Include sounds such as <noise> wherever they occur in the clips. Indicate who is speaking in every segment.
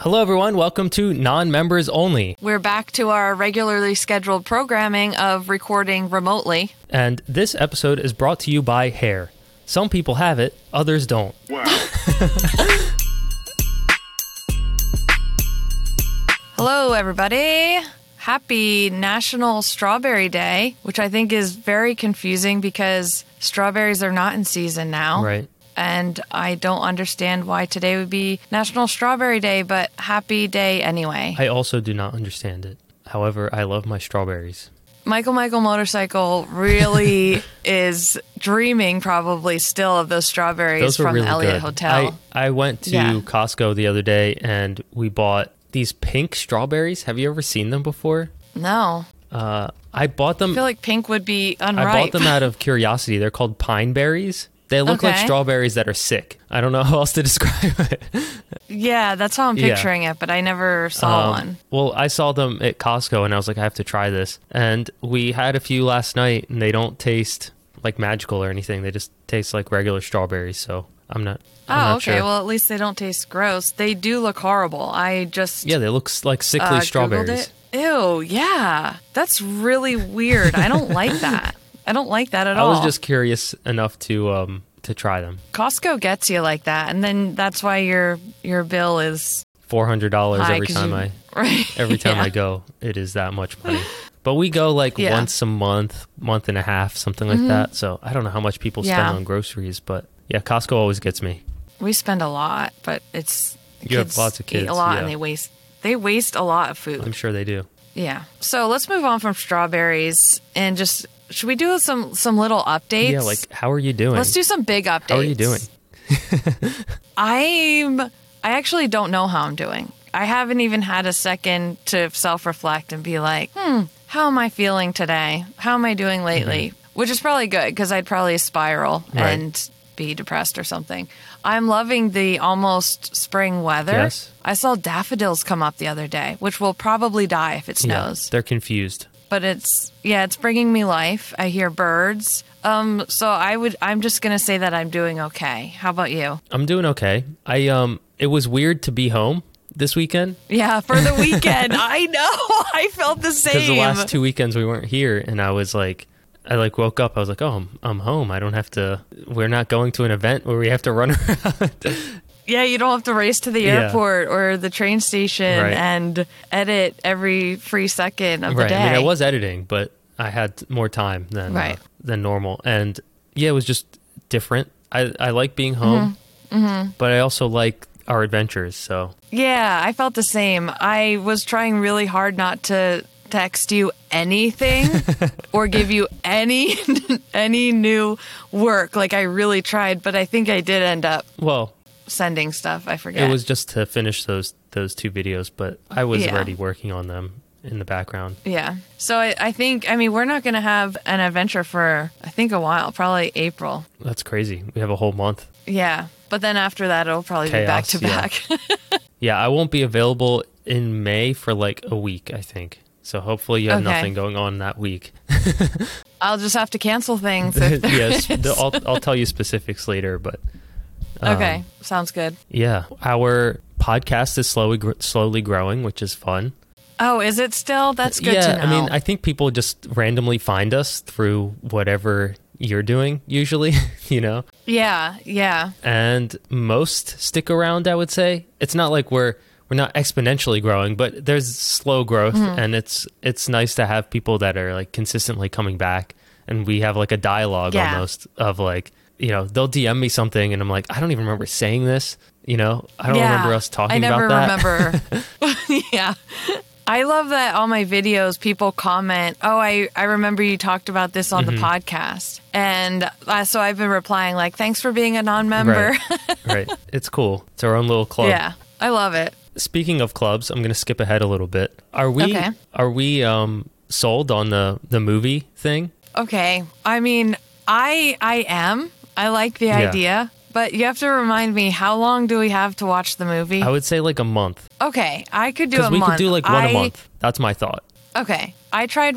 Speaker 1: Hello, everyone. Welcome to Non Members Only.
Speaker 2: We're back to our regularly scheduled programming of recording remotely.
Speaker 1: And this episode is brought to you by Hair. Some people have it, others don't.
Speaker 2: Hello, everybody. Happy National Strawberry Day, which I think is very confusing because strawberries are not in season now.
Speaker 1: Right.
Speaker 2: And I don't understand why today would be National Strawberry Day, but happy day anyway.
Speaker 1: I also do not understand it. However, I love my strawberries.
Speaker 2: Michael Michael Motorcycle
Speaker 1: <laughs>
Speaker 2: really is dreaming, probably still, of those strawberries
Speaker 1: Those are
Speaker 2: from
Speaker 1: really
Speaker 2: the Elliott
Speaker 1: good.
Speaker 2: Hotel.
Speaker 1: I, I went to
Speaker 2: Yeah.
Speaker 1: Costco the other day and we bought these pink strawberries. Have you ever seen them before?
Speaker 2: no,
Speaker 1: Uh, I bought them.
Speaker 2: I feel like pink would be unripe.
Speaker 1: I bought them
Speaker 2: <laughs>
Speaker 1: out of curiosity. They're called pine berries. They look like
Speaker 2: Okay.
Speaker 1: strawberries that are sick. I don't know how else to <laughs> describe it.
Speaker 2: Yeah, that's how I'm
Speaker 1: Yeah.
Speaker 2: picturing it, but I never saw
Speaker 1: Um,
Speaker 2: one.
Speaker 1: Well, I saw them at Costco and I was like, I have to try this. And we had a few last night and they don't taste like magical or anything. They just taste like regular strawberries. So I'm not. I'm
Speaker 2: Oh,
Speaker 1: not
Speaker 2: okay.
Speaker 1: sure.
Speaker 2: Well, at least they don't taste gross. They do look horrible. I just
Speaker 1: yeah, they look s- like
Speaker 2: uh,
Speaker 1: sickly
Speaker 2: Googled
Speaker 1: strawberries.
Speaker 2: it. Ew, yeah. That's really weird. I don't
Speaker 1: <laughs>
Speaker 2: like that. I don't like that at
Speaker 1: I
Speaker 2: all.
Speaker 1: was just curious enough to um to try them.
Speaker 2: Costco gets you like that, and then that's why your your bill is
Speaker 1: Four hundred dollars
Speaker 2: high
Speaker 1: every
Speaker 2: 'cause
Speaker 1: time
Speaker 2: you-
Speaker 1: I
Speaker 2: <laughs> right
Speaker 1: every time
Speaker 2: Yeah.
Speaker 1: I go, it is that much money. But we go like
Speaker 2: Yeah. Mm-hmm.
Speaker 1: once a month, month and a half, something like that. So I don't know how much people
Speaker 2: Yeah.
Speaker 1: spend on groceries, but yeah, Costco always gets me.
Speaker 2: we spend a lot, but it's
Speaker 1: You have
Speaker 2: kids
Speaker 1: lots of
Speaker 2: eat
Speaker 1: kids,
Speaker 2: a lot,
Speaker 1: yeah.
Speaker 2: and they waste they waste a lot of food.
Speaker 1: I'm sure they do.
Speaker 2: Yeah. So let's move on from strawberries and just should we do some some little updates?
Speaker 1: Yeah, like how are you doing?
Speaker 2: let's do some big updates.
Speaker 1: How are you doing?
Speaker 2: I'm I actually don't know how I'm doing. I haven't even had a second to self-reflect and be like, "Hmm, how am I feeling today? How am I doing lately?" Which is probably good cuz I'd probably spiral
Speaker 1: Mm-hmm. Right.
Speaker 2: and be depressed or something. I'm loving the almost spring weather.
Speaker 1: Yes.
Speaker 2: I saw daffodils come up the other day, which will probably die if it snows.
Speaker 1: Yeah, they're confused.
Speaker 2: but it's yeah, it's bringing me life. I hear birds. Um, so I would, I'm just gonna say that I'm doing okay. How about you?
Speaker 1: I'm doing okay. I um it was weird to be home this weekend
Speaker 2: Yeah, for the
Speaker 1: <laughs>
Speaker 2: weekend. I know. <laughs> I felt the
Speaker 1: because
Speaker 2: same.
Speaker 1: the last two weekends we weren't here and I was like I like woke up I was like, "Oh, I'm, I'm home. I don't have to we're not going to an event where we have to run <laughs> around."
Speaker 2: yeah, you don't have to race to the
Speaker 1: Yeah.
Speaker 2: airport or the train station
Speaker 1: Right.
Speaker 2: and edit every free second of the
Speaker 1: right.
Speaker 2: day.
Speaker 1: I mean, I was editing, but I had more time than uh,
Speaker 2: Right.
Speaker 1: than normal, and yeah, it was just different. I I like being home,
Speaker 2: Mm-hmm.
Speaker 1: but I also like our adventures. So
Speaker 2: Yeah, I felt the same. I was trying really hard not to text you
Speaker 1: <laughs>
Speaker 2: anything or give you any <laughs> any new work. Like I really tried, but I think I did end up
Speaker 1: well,
Speaker 2: sending stuff. I forget.
Speaker 1: it was just to finish those those two videos, but I was
Speaker 2: Yeah.
Speaker 1: already working on them in the background.
Speaker 2: yeah. So I, I think I mean we're not going to have an adventure for I think a while, probably April.
Speaker 1: That's crazy. We have a whole month.
Speaker 2: Yeah. But then after that it'll probably be back
Speaker 1: Chaos,
Speaker 2: to
Speaker 1: yeah.
Speaker 2: back. <laughs>
Speaker 1: Yeah, I won't be available in May for like a week, I think. So hopefully you have
Speaker 2: Okay.
Speaker 1: nothing going on that week.
Speaker 2: <laughs>
Speaker 1: <laughs>
Speaker 2: I'll just have to cancel things. If there
Speaker 1: yes,
Speaker 2: is.
Speaker 1: the- I'll, I'll tell you specifics later, but
Speaker 2: <laughs> okay.
Speaker 1: um,
Speaker 2: Sounds good.
Speaker 1: Yeah, our podcast is slowly gr- slowly growing, which is fun.
Speaker 2: Oh, is it still? That's good
Speaker 1: yeah,
Speaker 2: to know.
Speaker 1: I mean, I think people just randomly find us through whatever you're doing usually, <laughs> you know.
Speaker 2: yeah, yeah.
Speaker 1: And most stick around, I would say. It's not like we're we're not exponentially growing, but there's slow growth
Speaker 2: Mm-hmm.
Speaker 1: and it's it's nice to have people that are like consistently coming back and we have like a dialogue
Speaker 2: Yeah.
Speaker 1: almost of like, you know, they'll DM me something and I'm like, I don't even remember saying this, you know. I don't remember us talking
Speaker 2: I never
Speaker 1: about that.
Speaker 2: remember. <laughs> yeah. I love that all my videos people comment, "Oh, I I remember you talked about this on
Speaker 1: Mm-hmm.
Speaker 2: the podcast." And uh, so I've been replying like, "Thanks for being a non-member."
Speaker 1: <laughs>
Speaker 2: <laughs>
Speaker 1: Right. <laughs> right. It's cool. It's our own little club.
Speaker 2: yeah. I love it.
Speaker 1: Speaking of clubs, I'm going to skip ahead a little bit. Are we
Speaker 2: Okay.
Speaker 1: are we um sold on the the movie thing?
Speaker 2: Okay. I mean, I I am. I like the
Speaker 1: Yeah.
Speaker 2: idea, but you have to remind me how long do we have to watch the movie?
Speaker 1: I would say like a month
Speaker 2: okay, I could do a
Speaker 1: cuz we
Speaker 2: month.
Speaker 1: could do like one a
Speaker 2: I-
Speaker 1: month. That's my thought.
Speaker 2: Okay. I tried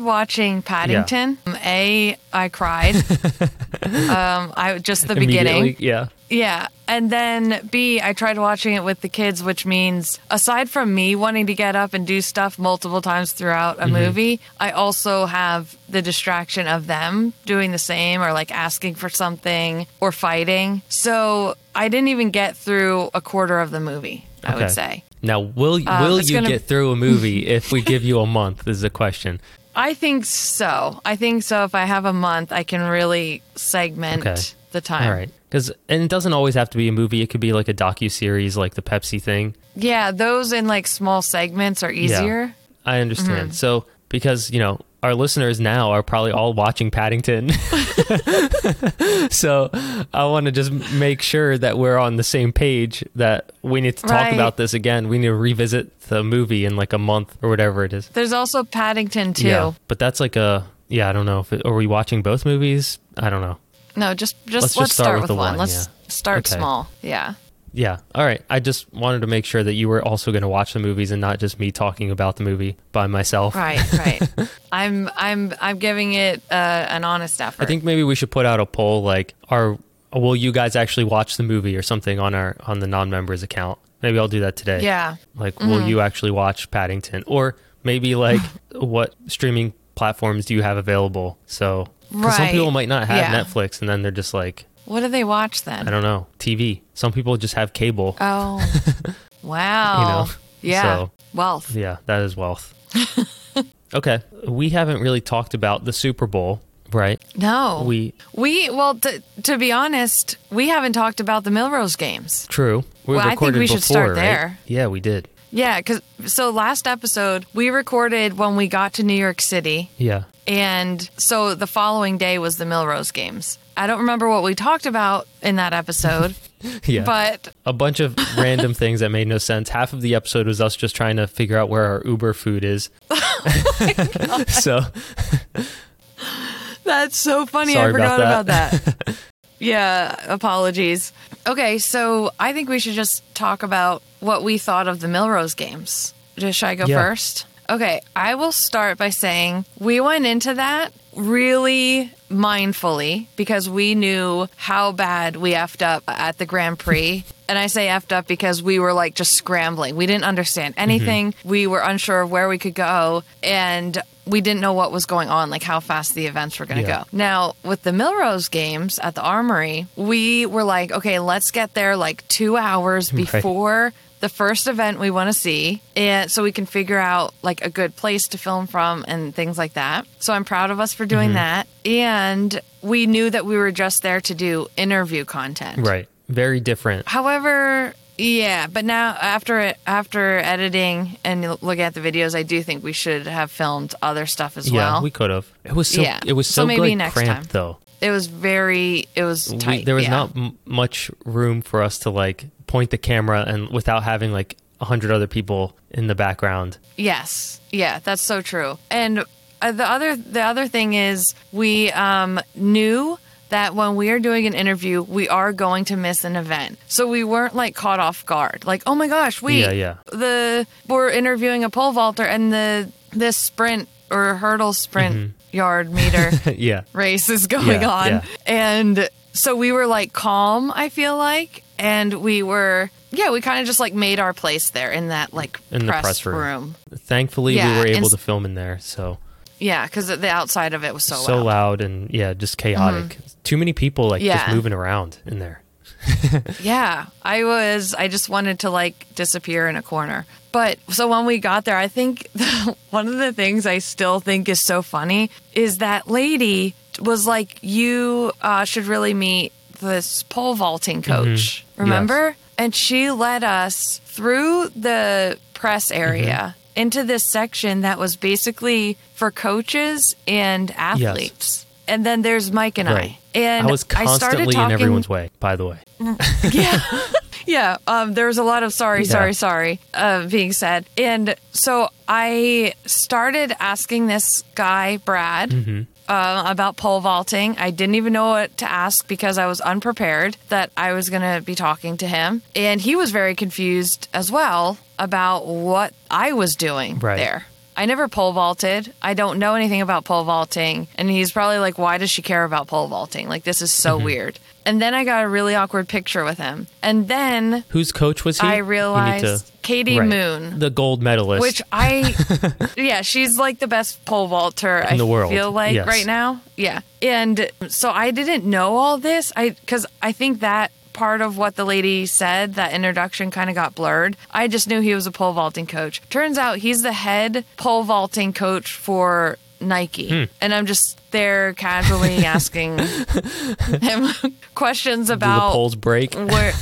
Speaker 1: <laughs>
Speaker 2: watching Paddington. Um, A, I cried. um, I just the
Speaker 1: Immediately,
Speaker 2: beginning.
Speaker 1: yeah.
Speaker 2: Yeah. And then B, I tried watching it with the kids, which means aside from me wanting to get up and do stuff multiple times throughout a
Speaker 1: Mm-hmm.
Speaker 2: movie, I also have the distraction of them doing the same or like asking for something or fighting. So I didn't even get through a quarter of the movie, I would
Speaker 1: Okay.
Speaker 2: say.
Speaker 1: Now, will will
Speaker 2: Uh, it's
Speaker 1: you
Speaker 2: gonna-
Speaker 1: get through a
Speaker 2: <laughs>
Speaker 1: movie if we give you a month? Is the question.
Speaker 2: I think so. I think so. If I have a month, I can really segment
Speaker 1: Okay.
Speaker 2: the time.
Speaker 1: All right, because and it doesn't always have to be a movie. It could be like a docu series, like the Pepsi thing.
Speaker 2: Yeah, those in like small segments are easier. Mm-hmm.
Speaker 1: I understand. So because you know our listeners now are probably all watching Paddington, <laughs> so I want to just make sure that we're on the same page. That we need to talk
Speaker 2: Right.
Speaker 1: about this again. We need to revisit the movie in like a month or whatever it is.
Speaker 2: There's also Paddington too.
Speaker 1: Yeah, but that's like a yeah. I don't know if it, are we watching both movies. I don't know.
Speaker 2: No, just
Speaker 1: Let's
Speaker 2: just let's,
Speaker 1: just start
Speaker 2: start,
Speaker 1: with
Speaker 2: with,
Speaker 1: the
Speaker 2: one.
Speaker 1: one,
Speaker 2: Let's
Speaker 1: yeah.
Speaker 2: start
Speaker 1: Okay.
Speaker 2: small. Yeah.
Speaker 1: Yeah. All right. I just wanted to make sure that you were also going to watch the movies and not just me talking about the movie by myself.
Speaker 2: Right,
Speaker 1: <laughs>
Speaker 2: right. I'm I'm I'm giving it uh, an honest effort.
Speaker 1: I think maybe we should put out a poll like are will you guys actually watch the movie or something on our on the non-members account. Maybe I'll do that today.
Speaker 2: Yeah. Mm-hmm.
Speaker 1: Like will you actually watch Paddington or maybe
Speaker 2: <laughs>
Speaker 1: like what streaming platforms do you have available? So 'cause some
Speaker 2: Right.
Speaker 1: people might not have
Speaker 2: Yeah.
Speaker 1: Netflix and then they're just like
Speaker 2: What do they watch then?
Speaker 1: I don't know, TV. Some people just have cable. <laughs>
Speaker 2: oh. wow.
Speaker 1: You know,
Speaker 2: yeah.
Speaker 1: so-
Speaker 2: Wealth.
Speaker 1: Yeah, that is wealth. <laughs> okay, we haven't really talked about the Super Bowl, right?
Speaker 2: No.
Speaker 1: We
Speaker 2: we well t- to be honest, we haven't talked about the Milrose games.
Speaker 1: true. We
Speaker 2: Well, I think
Speaker 1: recorded
Speaker 2: we should
Speaker 1: before,
Speaker 2: start
Speaker 1: right?
Speaker 2: there.
Speaker 1: Yeah, we did.
Speaker 2: Yeah, cuz so last episode we recorded when we got to New York City <laughs>
Speaker 1: Yeah,
Speaker 2: And so the following day was the Milrose games. I don't remember what we talked about in
Speaker 1: <laughs>
Speaker 2: that episode,
Speaker 1: yeah.
Speaker 2: but
Speaker 1: a bunch of random things that made no sense. Half of the episode was us just trying to figure out where our Uber food
Speaker 2: <laughs>
Speaker 1: is.
Speaker 2: Oh
Speaker 1: <laughs> so
Speaker 2: that's so funny.
Speaker 1: Sorry
Speaker 2: I
Speaker 1: about
Speaker 2: forgot about that.
Speaker 1: <laughs>
Speaker 2: yeah, apologies. Okay, so I think we should just talk about what we thought of the Milrose games. Just should I go
Speaker 1: Yeah.
Speaker 2: first? Okay, I will start by saying we went into that really mindfully because we knew how bad we effed up at the Grand Prix. And I say effed up because we were like just scrambling. We didn't understand anything. We were unsure of where we could go. And we didn't know what was going on, like how fast the events were going to
Speaker 1: Yeah.
Speaker 2: go. Now, with the Milrose games at the Armory, we were like, okay, let's get there like two hours before the first event we want to see. And so we can figure out like a good place to film from and things like that. So I'm proud of us for doing
Speaker 1: Mm-hmm.
Speaker 2: that. And we knew that we were just there to do interview content.
Speaker 1: right, very different.
Speaker 2: However, yeah, but now after it, after editing and looking at the videos, I do think we should have filmed other stuff as
Speaker 1: Yeah,
Speaker 2: well.
Speaker 1: we could have. It was so.
Speaker 2: Yeah.
Speaker 1: It was
Speaker 2: So
Speaker 1: so,
Speaker 2: maybe
Speaker 1: like,
Speaker 2: next
Speaker 1: cramped
Speaker 2: time.
Speaker 1: though.
Speaker 2: it was very, it was
Speaker 1: we-
Speaker 2: tight.
Speaker 1: there was
Speaker 2: yeah.
Speaker 1: not m- much room for us to like point the camera and without having like a hundred other people in the background. <laughs>
Speaker 2: Yes. Yeah, that's so true. And uh, the other the other thing is we um, knew that when we are doing an interview, we are going to miss an event. So we weren't like caught off guard. Like, oh my gosh, we
Speaker 1: Yeah, yeah.
Speaker 2: the we're interviewing a pole vaulter and the this sprint or hurdle sprint
Speaker 1: <laughs>
Speaker 2: yard meter
Speaker 1: yeah,
Speaker 2: race is going
Speaker 1: Mm-hmm. Yeah,
Speaker 2: on.
Speaker 1: yeah.
Speaker 2: And so we were like calm, I feel like. And we were, yeah, we kind of just like made our place there in that like
Speaker 1: In the
Speaker 2: press,
Speaker 1: press room.
Speaker 2: room.
Speaker 1: thankfully we
Speaker 2: Yeah,
Speaker 1: were
Speaker 2: and
Speaker 1: able
Speaker 2: s-
Speaker 1: to film in there. So
Speaker 2: Yeah, because the outside of it was so,
Speaker 1: so
Speaker 2: loud.
Speaker 1: loud and yeah, just chaotic. Too many people like just
Speaker 2: Mm-hmm. Yeah.
Speaker 1: moving around in there.
Speaker 2: Yeah, I was, I just wanted to like disappear in a corner. But so when we got there, I think <laughs> one of the things I still think is so funny is that lady was like, you uh, should really meet this pole vaulting
Speaker 1: Mm-hmm.
Speaker 2: coach. Remember? And she led us through the press area
Speaker 1: Mm-hmm.
Speaker 2: into this section that was basically for coaches and athletes. And then there's Mike and
Speaker 1: Right.
Speaker 2: I. And
Speaker 1: I was
Speaker 2: started
Speaker 1: constantly
Speaker 2: talking
Speaker 1: in everyone's way. By the way,
Speaker 2: <laughs> yeah yeah um, there was a lot of sorry
Speaker 1: Yeah.
Speaker 2: sorry sorry uh, being said and so i started asking this guy brad uh, about pole vaulting i didn't even know what to ask because i was unprepared that i was going to be talking to him and he was very confused as well about what i was doing
Speaker 1: Right.
Speaker 2: there I never pole vaulted. I don't know anything about pole vaulting. And he's probably like, why does she care about pole vaulting? Like, this is so weird. And then I got a really awkward picture with him. And then
Speaker 1: Whose coach was he?
Speaker 2: I
Speaker 1: You need to-
Speaker 2: realized Katie
Speaker 1: Right.
Speaker 2: Moon,
Speaker 1: the gold medalist. <laughs>
Speaker 2: which I, yeah, she's like the best pole vaulter I
Speaker 1: the world,
Speaker 2: feel like
Speaker 1: yes.
Speaker 2: right now. Yeah. And so I didn't know all this. I, cause I think that part of what the lady said, that introduction kind of got blurred. I just knew he was a pole vaulting coach. Turns out he's the head pole vaulting coach for Nike.
Speaker 1: Hmm.
Speaker 2: And I'm just there
Speaker 1: <laughs>
Speaker 2: casually asking him <laughs> questions
Speaker 1: do the
Speaker 2: about
Speaker 1: polls break. <laughs>
Speaker 2: where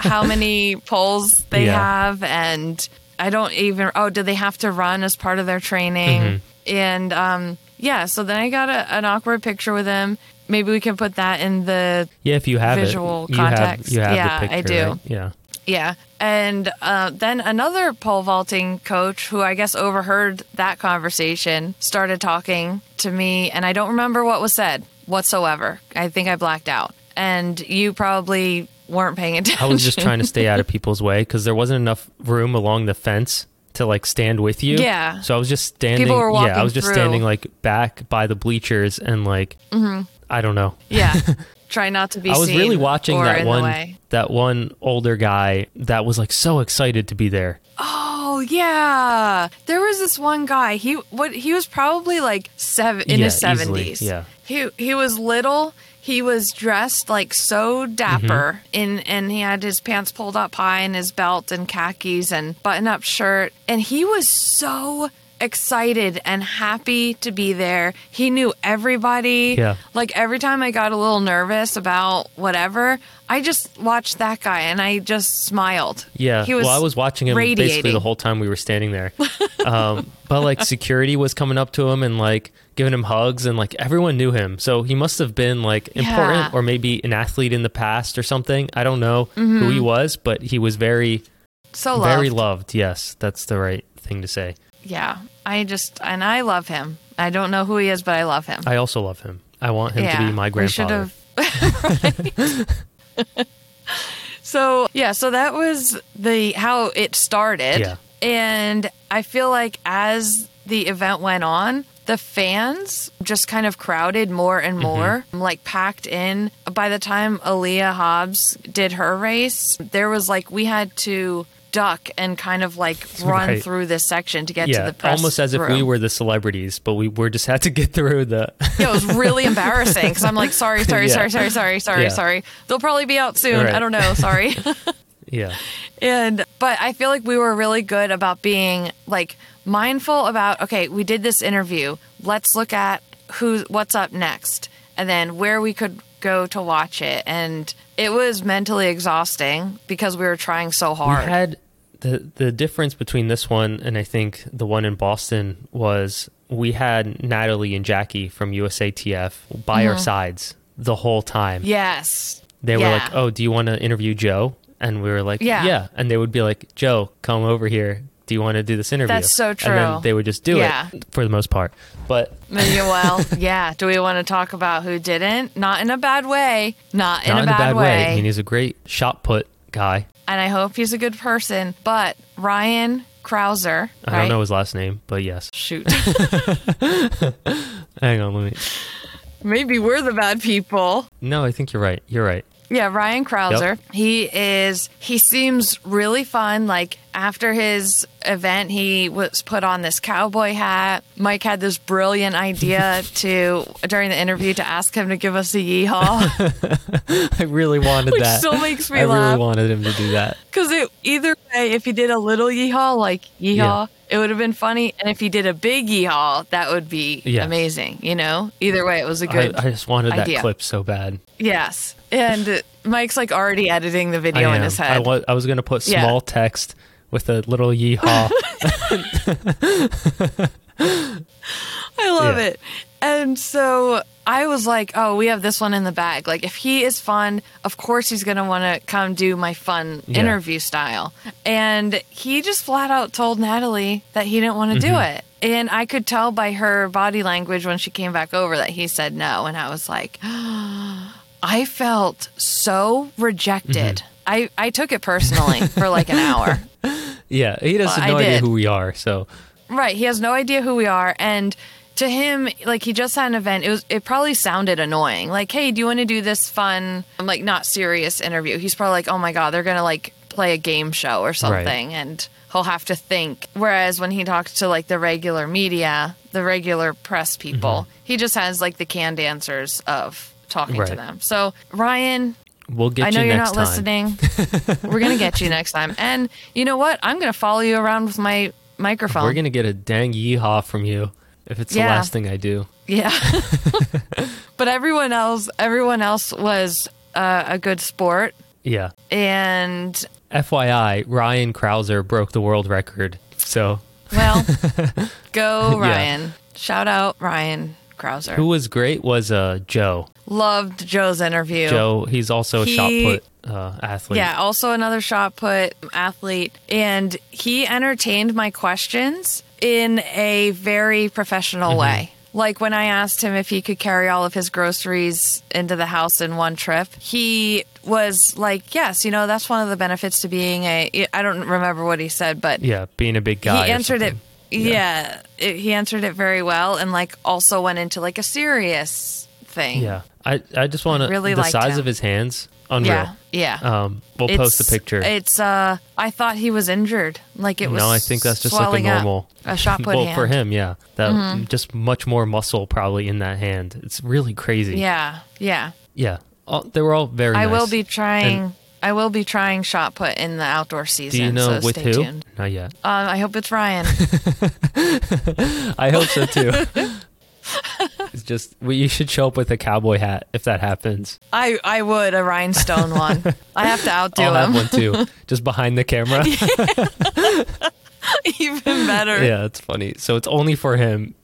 Speaker 2: how many poles they
Speaker 1: Yeah.
Speaker 2: have and I don't even oh do they have to run as part of their training
Speaker 1: Mm-hmm.
Speaker 2: and um yeah so then I got a, an awkward picture with him maybe we can put that in the
Speaker 1: Yeah, if you have
Speaker 2: Visual
Speaker 1: it, you have-
Speaker 2: context.
Speaker 1: you have
Speaker 2: Yeah,
Speaker 1: the
Speaker 2: I
Speaker 1: picture,
Speaker 2: do.
Speaker 1: right? Yeah,
Speaker 2: yeah and uh, then another pole vaulting coach who I guess overheard that conversation started talking to me and I don't remember what was said whatsoever I think I blacked out and you probably weren't paying attention
Speaker 1: I was just trying to stay
Speaker 2: <laughs>
Speaker 1: out of people's way because there wasn't enough room along the fence to like stand with you.
Speaker 2: Yeah.
Speaker 1: So I was just standing.
Speaker 2: People were
Speaker 1: yeah, I
Speaker 2: walking
Speaker 1: was just
Speaker 2: through.
Speaker 1: standing like back by the bleachers and like
Speaker 2: Mm-hmm.
Speaker 1: I don't know. <laughs>
Speaker 2: Yeah. Try not to be
Speaker 1: I was
Speaker 2: seen
Speaker 1: really watching
Speaker 2: or
Speaker 1: that
Speaker 2: in the
Speaker 1: one
Speaker 2: way.
Speaker 1: that one older guy that was like so excited to be there.
Speaker 2: Oh yeah. There was this one guy. He what he was probably like seven in
Speaker 1: Yeah,
Speaker 2: his
Speaker 1: easily,
Speaker 2: seventies.
Speaker 1: yeah.
Speaker 2: He he was little. He was dressed like so dapper
Speaker 1: Mm-hmm.
Speaker 2: in and he had his pants pulled up high and his belt and khakis and button up shirt. And he was so excited and happy to be there. He knew everybody.
Speaker 1: Yeah.
Speaker 2: Like every time I got a little nervous about whatever, I just watched that guy and I just smiled.
Speaker 1: Yeah.
Speaker 2: He was
Speaker 1: well, I was watching him basically the
Speaker 2: radiating.
Speaker 1: whole time we were standing
Speaker 2: <laughs>
Speaker 1: there. Um, but like security was coming up to him and like giving him hugs and like everyone knew him. So he must have been like important
Speaker 2: Yeah.
Speaker 1: or maybe an athlete in the past or something. I don't know who he was, but he was very,
Speaker 2: so
Speaker 1: very
Speaker 2: Mm-hmm. loved.
Speaker 1: loved. Yes. That's the right thing to say.
Speaker 2: yeah. I just and I love him. I don't know who he is, but I love him.
Speaker 1: I also love him. I want him
Speaker 2: yeah.
Speaker 1: to be my
Speaker 2: We should
Speaker 1: grandfather.
Speaker 2: have- <laughs> Right. so yeah, so that was the how it started.
Speaker 1: Yeah.
Speaker 2: And I feel like as the event went on, the fans just kind of crowded more and
Speaker 1: Mm-hmm.
Speaker 2: more, like packed in. By the time Aaliyah Hobbs did her race, there was like we had to duck and kind of like run
Speaker 1: Right.
Speaker 2: through this section to get to
Speaker 1: Yeah.
Speaker 2: the press.
Speaker 1: Almost as if we
Speaker 2: room.
Speaker 1: were the celebrities, but we were just had to get through the. <laughs>
Speaker 2: Yeah, it was really embarrassing because I'm like, sorry, sorry,
Speaker 1: Yeah.
Speaker 2: sorry, sorry, sorry, sorry,
Speaker 1: Yeah.
Speaker 2: sorry. They'll probably be out soon.
Speaker 1: Right.
Speaker 2: I don't
Speaker 1: <laughs>
Speaker 2: know. Sorry. <laughs>
Speaker 1: yeah.
Speaker 2: and but I feel like we were really good about being like mindful about okay, we did this interview. Let's look at who what's up next, and then where we could go to watch it. And it was mentally exhausting because we were trying so hard.
Speaker 1: We had the the difference between this one and I think the one in Boston was we had Natalie and Jackie from USATF by our sides the whole time.
Speaker 2: yes.
Speaker 1: They were
Speaker 2: Yeah.
Speaker 1: like, "Oh, do you want to interview Joe?" And we were like, "Yeah."
Speaker 2: Yeah.
Speaker 1: And they would be like, "Joe, come over here. Do you want to do this interview?"
Speaker 2: That's so
Speaker 1: And then
Speaker 2: true.
Speaker 1: they would just do
Speaker 2: Yeah.
Speaker 1: it for the most part. But <laughs>
Speaker 2: Manuel, yeah. Do we want to talk about who didn't? Not in a bad way. Not,
Speaker 1: not in a bad way. I mean, he's a great shot put guy.
Speaker 2: and I hope he's a good person. But Ryan Krauser,
Speaker 1: I
Speaker 2: right?
Speaker 1: don't know his last name, but yes.
Speaker 2: Shoot, <laughs>
Speaker 1: Hang on, let me.
Speaker 2: maybe we're the bad people.
Speaker 1: No, I think you're right. You're right.
Speaker 2: Yeah, Ryan Krauser. He is. He seems really fun. Like after his event, he was put on this cowboy hat. Mike had this
Speaker 1: <laughs>
Speaker 2: brilliant idea to during the interview to ask him to give us a yeehaw,
Speaker 1: I really wanted
Speaker 2: which
Speaker 1: that.
Speaker 2: still makes me
Speaker 1: I
Speaker 2: laugh.
Speaker 1: really wanted him to do that.
Speaker 2: Because it either way, if he did a little yeehaw, like yeehaw,
Speaker 1: Yeah.
Speaker 2: it would have been funny. And if he did a big yeehaw, that would be
Speaker 1: Yes.
Speaker 2: amazing. You know, either way, it was a
Speaker 1: I,
Speaker 2: good
Speaker 1: I just wanted that
Speaker 2: idea.
Speaker 1: clip so bad.
Speaker 2: yes. And uh, Mike's like already editing the
Speaker 1: I,
Speaker 2: video in
Speaker 1: am.
Speaker 2: his
Speaker 1: I
Speaker 2: head.
Speaker 1: was, I was going to put
Speaker 2: Yeah.
Speaker 1: small text with a little
Speaker 2: <laughs>
Speaker 1: yeehaw.
Speaker 2: <laughs> I love
Speaker 1: Yeah.
Speaker 2: it. And so I was like, oh, we have this one in the bag. Like, if he is fun, of course he's going to want to come do my fun
Speaker 1: Yeah.
Speaker 2: interview style. And he just flat out told Natalie that he didn't want to do
Speaker 1: Mm-hmm.
Speaker 2: it. And I could tell by her body language when she came back over that he said no. And I was like, <gasps> I felt so rejected.
Speaker 1: Mm-hmm.
Speaker 2: I, I took it personally for like an hour.
Speaker 1: yeah, he has
Speaker 2: Well, I
Speaker 1: no idea
Speaker 2: did.
Speaker 1: who we are. So
Speaker 2: Right. He has no idea who we are. And to him, like he just had an event. It was it probably sounded annoying. Like, hey, do you want to do this fun, like not serious interview? He's probably like, Oh my god, they're gonna like play a game show or something and he'll have to think. Whereas when he talks to like the regular media, the regular press people,
Speaker 1: Mm-hmm.
Speaker 2: he just has like the canned answers of talking to
Speaker 1: Right.
Speaker 2: them. So Ryan,
Speaker 1: We'll get
Speaker 2: I know
Speaker 1: you
Speaker 2: you're
Speaker 1: next
Speaker 2: not
Speaker 1: time. <laughs>
Speaker 2: listening. We're gonna get you next time. And you know what? I'm gonna follow you around with my microphone.
Speaker 1: We're gonna get a dang yeehaw from you if it's the
Speaker 2: Yeah.
Speaker 1: last thing I do. <laughs>
Speaker 2: Yeah. <laughs> but everyone else, everyone else was uh, a good sport,
Speaker 1: Yeah.
Speaker 2: and
Speaker 1: FYI, Ryan Krauser broke the world record. So <laughs>
Speaker 2: well, go Ryan! Shout out Ryan Krauser.
Speaker 1: who was great was uh Joe.
Speaker 2: Loved Joe's interview.
Speaker 1: Joe, he's also a shot
Speaker 2: Oh. He-
Speaker 1: put uh, athlete.
Speaker 2: Yeah, also another shot put athlete. And he entertained my questions in a very professional
Speaker 1: Mm-hmm.
Speaker 2: way. Like when I asked him if he could carry all of his groceries into the house in one trip, he was like, Yes, you know, that's one of the benefits to being a. I don't remember what he said, but
Speaker 1: Yeah, being a big guy.
Speaker 2: he
Speaker 1: or
Speaker 2: answered it
Speaker 1: something.
Speaker 2: yeah, it, he answered it very well and like also went into like a serious thing
Speaker 1: Yeah. I, I just want to
Speaker 2: Really
Speaker 1: the
Speaker 2: liked
Speaker 1: size
Speaker 2: him.
Speaker 1: of his hands, unreal.
Speaker 2: yeah yeah
Speaker 1: Um, we'll post a
Speaker 2: It's-
Speaker 1: picture.
Speaker 2: It's uh I thought he was injured. Like it was
Speaker 1: No, I think that's just like a
Speaker 2: swelling up.
Speaker 1: normal-
Speaker 2: a
Speaker 1: <laughs>
Speaker 2: shot put
Speaker 1: well,
Speaker 2: hand. Mm-hmm.
Speaker 1: for him, yeah, that just much more muscle probably in that hand. It's really crazy.
Speaker 2: Yeah. Yeah.
Speaker 1: yeah. All, they were all very.
Speaker 2: I will
Speaker 1: nice.
Speaker 2: be trying
Speaker 1: And-
Speaker 2: I will be trying shot put in the outdoor season.
Speaker 1: Do you know
Speaker 2: so
Speaker 1: with
Speaker 2: stay
Speaker 1: who?
Speaker 2: tuned.
Speaker 1: Not yet.
Speaker 2: Um, I hope
Speaker 1: <laughs>
Speaker 2: it's Ryan.
Speaker 1: I hope so
Speaker 2: <laughs>
Speaker 1: too. it's just well, you should show up with a cowboy hat if that happens.
Speaker 2: I, I would a rhinestone one. I have to outdo
Speaker 1: I'll have
Speaker 2: him.
Speaker 1: one
Speaker 2: <laughs>
Speaker 1: too, just behind the camera.
Speaker 2: <laughs> Even better.
Speaker 1: yeah, it's funny. So it's only for him.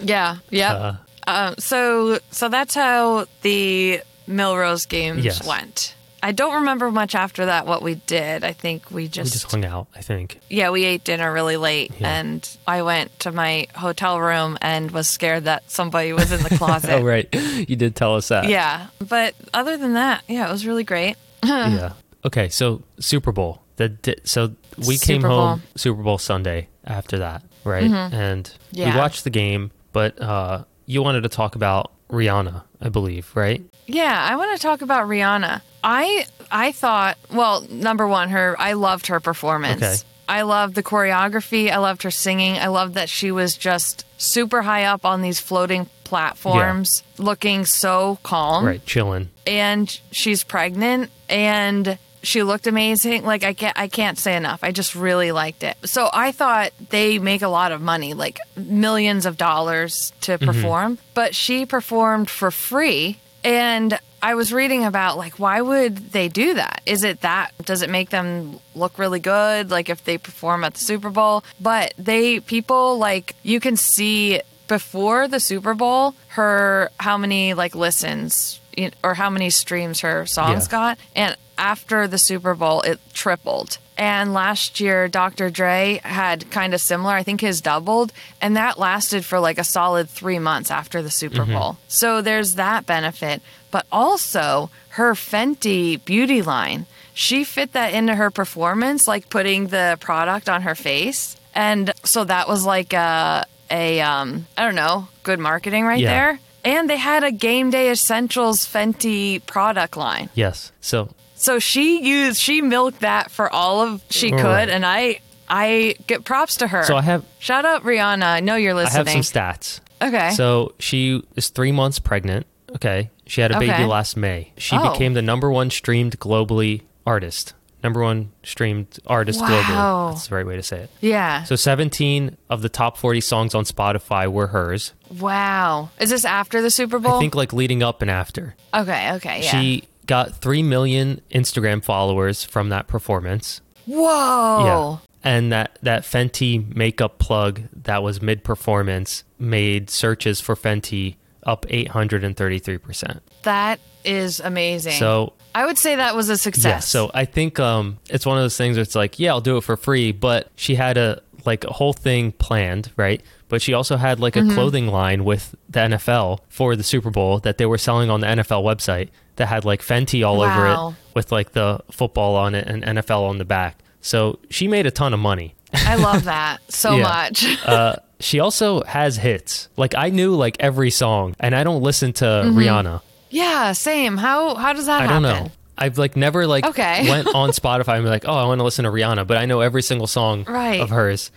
Speaker 2: Yeah. Yep.
Speaker 1: Uh,
Speaker 2: Um, so so that's how the Milrose games
Speaker 1: Yes.
Speaker 2: went. I don't remember much after that what we did. I think we
Speaker 1: we
Speaker 2: just,
Speaker 1: just hung out, I think.
Speaker 2: yeah, we ate dinner really late, and I went to my hotel room and was scared that somebody
Speaker 1: <laughs>
Speaker 2: was in the closet.
Speaker 1: Oh right, you did tell us that.
Speaker 2: Yeah, but other than that, yeah, it was really great. <laughs>
Speaker 1: yeah. Okay, so Super Bowl. The di- so we came
Speaker 2: Super
Speaker 1: home
Speaker 2: Bowl. Mm-hmm.
Speaker 1: Super Bowl Sunday after that, right? And
Speaker 2: Yeah.
Speaker 1: we watched the game, but uh, you wanted to talk about Rihanna, I believe, right?
Speaker 2: Yeah, I want to talk about Rihanna. I I thought, well, number one, her I loved her performance.
Speaker 1: Okay.
Speaker 2: I loved the choreography. I loved her singing. I loved that she was just super high up on these floating platforms, looking so calm.
Speaker 1: Right, chilling.
Speaker 2: and she's pregnant and she looked amazing like i can't i can't say enough i just really liked it so i thought they make a lot of money like millions of dollars to perform but she performed for free and i was reading about like why would they do that is it that does it make them look really good like if they perform at the super bowl but they people like you can see before the Super Bowl, her how many like listens you- or how many streams her songs
Speaker 1: Yeah.
Speaker 2: got, and after the Super Bowl, it tripled. And last year, Dr. Dre had kind of similar. I think his doubled, and that lasted for like a solid three months after the Super Bowl. So there's that benefit, but also her Fenty beauty line. She fit that into her performance, like putting the product on her face. And so that was like uh, a a um I don't know, good marketing right
Speaker 1: Yeah.
Speaker 2: there. And they had a game day essentials Fenty product line.
Speaker 1: Yes. So
Speaker 2: So she used she milked that for all of she could
Speaker 1: Right.
Speaker 2: and I I get props to her.
Speaker 1: So I have-
Speaker 2: Shout out Rihanna. I know you're
Speaker 1: I have
Speaker 2: listening.
Speaker 1: some stats.
Speaker 2: okay.
Speaker 1: So she is three months pregnant. Okay. She had a
Speaker 2: Okay.
Speaker 1: baby last May. She
Speaker 2: Oh.
Speaker 1: became the number one streamed globally artist. Number one streamed artist
Speaker 2: Wow.
Speaker 1: globally. That's the right way to say it.
Speaker 2: yeah.
Speaker 1: So 17 of the top 40 songs on Spotify were hers.
Speaker 2: wow. Is this after the Super Bowl?
Speaker 1: I think like leading up and after.
Speaker 2: okay, okay, yeah.
Speaker 1: She got 3 million Instagram followers from that performance.
Speaker 2: Whoa.
Speaker 1: And that, that Fenty makeup plug that was mid performance made searches for Fenty up 833%.
Speaker 2: That is amazing.
Speaker 1: So,
Speaker 2: I would say that was a success.
Speaker 1: yeah. So I think um, it's one of those things where it's like, yeah, I'll do it for free. But she had a like a whole thing planned, right? But she also had like a
Speaker 2: Mm-hmm.
Speaker 1: clothing line with the NFL for the Super Bowl that they were selling on the NFL website that had like Fenty all
Speaker 2: Wow.
Speaker 1: over it with like the football on it and NFL on the back. So she made a ton of money.
Speaker 2: I love that so
Speaker 1: <laughs> Yeah.
Speaker 2: much. <laughs>
Speaker 1: uh, <laughs> she also has hits. Like I knew like every song, and I don't listen to
Speaker 2: Mm-hmm.
Speaker 1: Rihanna.
Speaker 2: Yeah, same. How how does that
Speaker 1: I
Speaker 2: happen?
Speaker 1: don't know. I've like never like <laughs>
Speaker 2: Okay.
Speaker 1: went
Speaker 2: <laughs>
Speaker 1: on Spotify and be like, oh, I want to listen to Rihanna, but I know every single song
Speaker 2: Right.
Speaker 1: of hers.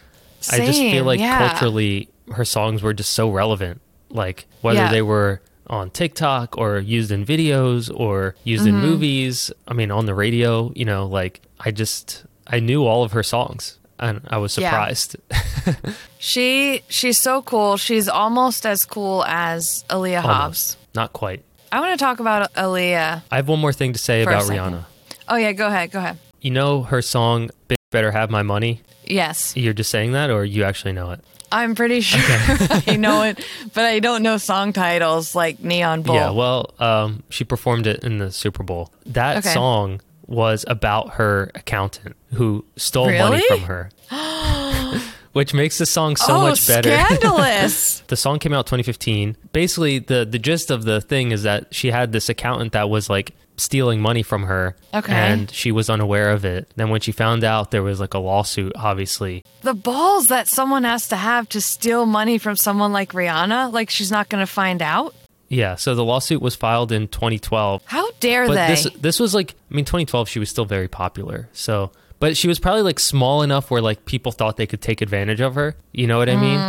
Speaker 1: I just feel
Speaker 2: Same,
Speaker 1: like
Speaker 2: yeah.
Speaker 1: culturally, her songs were just so relevant. Like whether
Speaker 2: Yeah.
Speaker 1: they were on TikTok or used in videos or used
Speaker 2: Mm-hmm.
Speaker 1: in movies. I mean, on the radio. You know, like I just I knew all of her songs, and I was
Speaker 2: Yeah.
Speaker 1: surprised. <laughs>
Speaker 2: She she's so cool. She's almost as cool as Aaliyah Hobbs.
Speaker 1: Almost. Not quite.
Speaker 2: I want to talk about Aaliyah.
Speaker 1: I have one more thing to say
Speaker 2: For a
Speaker 1: about
Speaker 2: second.
Speaker 1: Rihanna.
Speaker 2: Oh yeah, go ahead, go ahead.
Speaker 1: You know her song "Bitch Better Have My Money."
Speaker 2: Yes,
Speaker 1: You're just saying that, or you actually know it?
Speaker 2: I'm pretty sure <laughs> I know it, but I don't know song titles like Neon Bull.
Speaker 1: Yeah. Well, um, she performed it in the Super Bowl. That
Speaker 2: Okay.
Speaker 1: song was about her accountant who stole money
Speaker 2: Really?
Speaker 1: from her,
Speaker 2: <gasps>
Speaker 1: which makes the song so
Speaker 2: oh,
Speaker 1: much better.
Speaker 2: scandalous!
Speaker 1: <laughs> the song came out 2015 basically the the gist of the thing is that she had this accountant that was like stealing money from her
Speaker 2: Okay.
Speaker 1: and she was unaware of it then when she found out there was like a lawsuit obviously
Speaker 2: the balls that someone has to have to steal money from someone like Rihanna, like she's not going to find out.
Speaker 1: yeah so the lawsuit was filed in 2012
Speaker 2: How dare
Speaker 1: but
Speaker 2: they?
Speaker 1: this this was like i mean 2012 she was still very popular so but she was probably like small enough where like people thought they could take advantage of her you know what i mean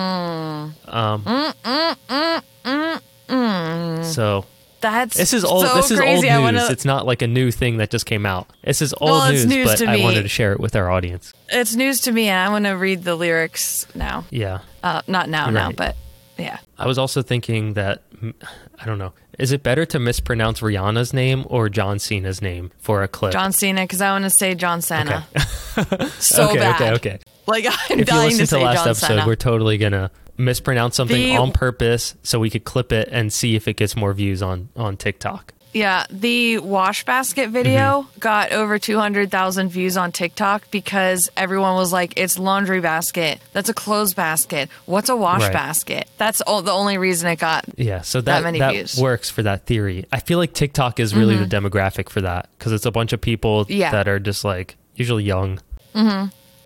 Speaker 2: Mm.
Speaker 1: um so
Speaker 2: That's
Speaker 1: This is old.
Speaker 2: mm, So
Speaker 1: this is
Speaker 2: crazy.
Speaker 1: old news.
Speaker 2: I wanna,
Speaker 1: It's not like a new thing that just came out. This is old
Speaker 2: Well, it's
Speaker 1: news,
Speaker 2: news
Speaker 1: but
Speaker 2: to
Speaker 1: I
Speaker 2: me.
Speaker 1: wanted to share it with our audience.
Speaker 2: it's news to me, and I want to read the lyrics now.
Speaker 1: Yeah,
Speaker 2: Uh, not now, now,
Speaker 1: Right.
Speaker 2: but yeah.
Speaker 1: I was also thinking that mm, I don't know. Is it better to mispronounce Rihanna's name or John Cena's name for a clip?
Speaker 2: John Cena, because I want to say John Cena. <laughs> so
Speaker 1: okay,
Speaker 2: bad.
Speaker 1: okay, okay.
Speaker 2: Like I'm
Speaker 1: If you
Speaker 2: dying
Speaker 1: listen
Speaker 2: to
Speaker 1: to,
Speaker 2: say
Speaker 1: last
Speaker 2: John
Speaker 1: episode,
Speaker 2: Cena.
Speaker 1: we're totally gonna mispronounce something
Speaker 2: The-
Speaker 1: on purpose so we could clip it and see if it gets more views on on TikTok.
Speaker 2: Yeah, the wash
Speaker 1: Mm-hmm.
Speaker 2: basket video got over 200,000 views on TikTok because everyone was like, "It's laundry basket. That's a clothes basket. What's a wash
Speaker 1: Right.
Speaker 2: basket?" That's all, the only reason it got.
Speaker 1: Yeah, so that that,
Speaker 2: many views. Mm-hmm.
Speaker 1: works for that theory. I feel like TikTok is really the demographic for that because it's a bunch of people
Speaker 2: Yeah.
Speaker 1: that are just like usually young.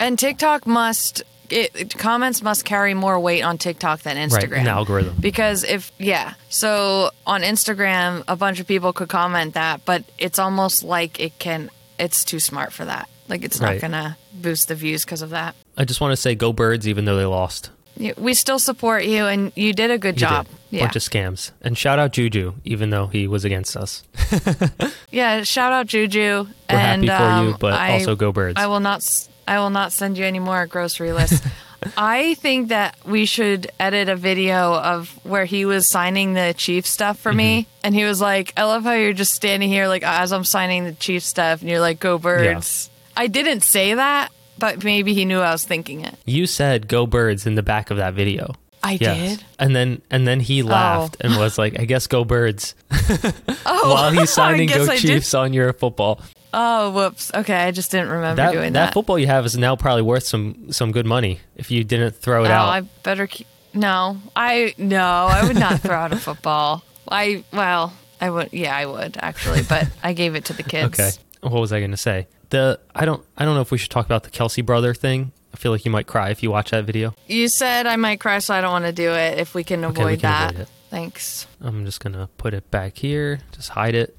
Speaker 2: And TikTok must it, it- comments must carry more weight on TikTok than Instagram.
Speaker 1: Right, an algorithm.
Speaker 2: Because if yeah, so on Instagram a bunch of people could comment that, but it's almost like it can it's too smart for that. Like it's
Speaker 1: Right.
Speaker 2: not going to boost the views because of that.
Speaker 1: I just want to say go birds, even though they lost.
Speaker 2: Yeah, We still support you and you did a good
Speaker 1: You
Speaker 2: job.
Speaker 1: did.
Speaker 2: Yeah.
Speaker 1: Bunch of scams. And shout out Juju, even though he was against us.
Speaker 2: yeah, shout out Juju
Speaker 1: We're
Speaker 2: and
Speaker 1: happy for
Speaker 2: um,
Speaker 1: you, but
Speaker 2: I-
Speaker 1: also go birds.
Speaker 2: I will not. s- I will not send you any more grocery lists. I think that we should edit a video of where he was signing the chief stuff for me, and he was like, "I love how you're just standing here, like as I'm signing the chief stuff, and you're like, go birds." I didn't say that, but maybe he knew I was thinking it.
Speaker 1: you said go birds in the back of that video.
Speaker 2: I
Speaker 1: Yes.
Speaker 2: did.
Speaker 1: And then and then he laughed and was like, I guess go birds
Speaker 2: <laughs> Oh,
Speaker 1: while
Speaker 2: <laughs> I
Speaker 1: he's signing
Speaker 2: guess
Speaker 1: Go
Speaker 2: I did.
Speaker 1: Chiefs on your football.
Speaker 2: Oh, whoops. Okay, I just didn't remember
Speaker 1: That,
Speaker 2: doing
Speaker 1: that
Speaker 2: that.
Speaker 1: football you have is now probably worth some some good money if you didn't throw it
Speaker 2: Oh,
Speaker 1: out.
Speaker 2: I better keep. No, I no, I would not throw out a football. I well, I would. Yeah, I would actually,
Speaker 1: <laughs>
Speaker 2: but I gave it to the kids.
Speaker 1: Okay. What was I going to say? The I don't I don't know if we should talk about the Kelsey brother thing. I feel like you might cry if you watch that video.
Speaker 2: You said I might cry, so I don't want to do it. If we can avoid
Speaker 1: we can
Speaker 2: that,
Speaker 1: avoid it.
Speaker 2: thanks.
Speaker 1: I'm just going to put it back here. Just hide it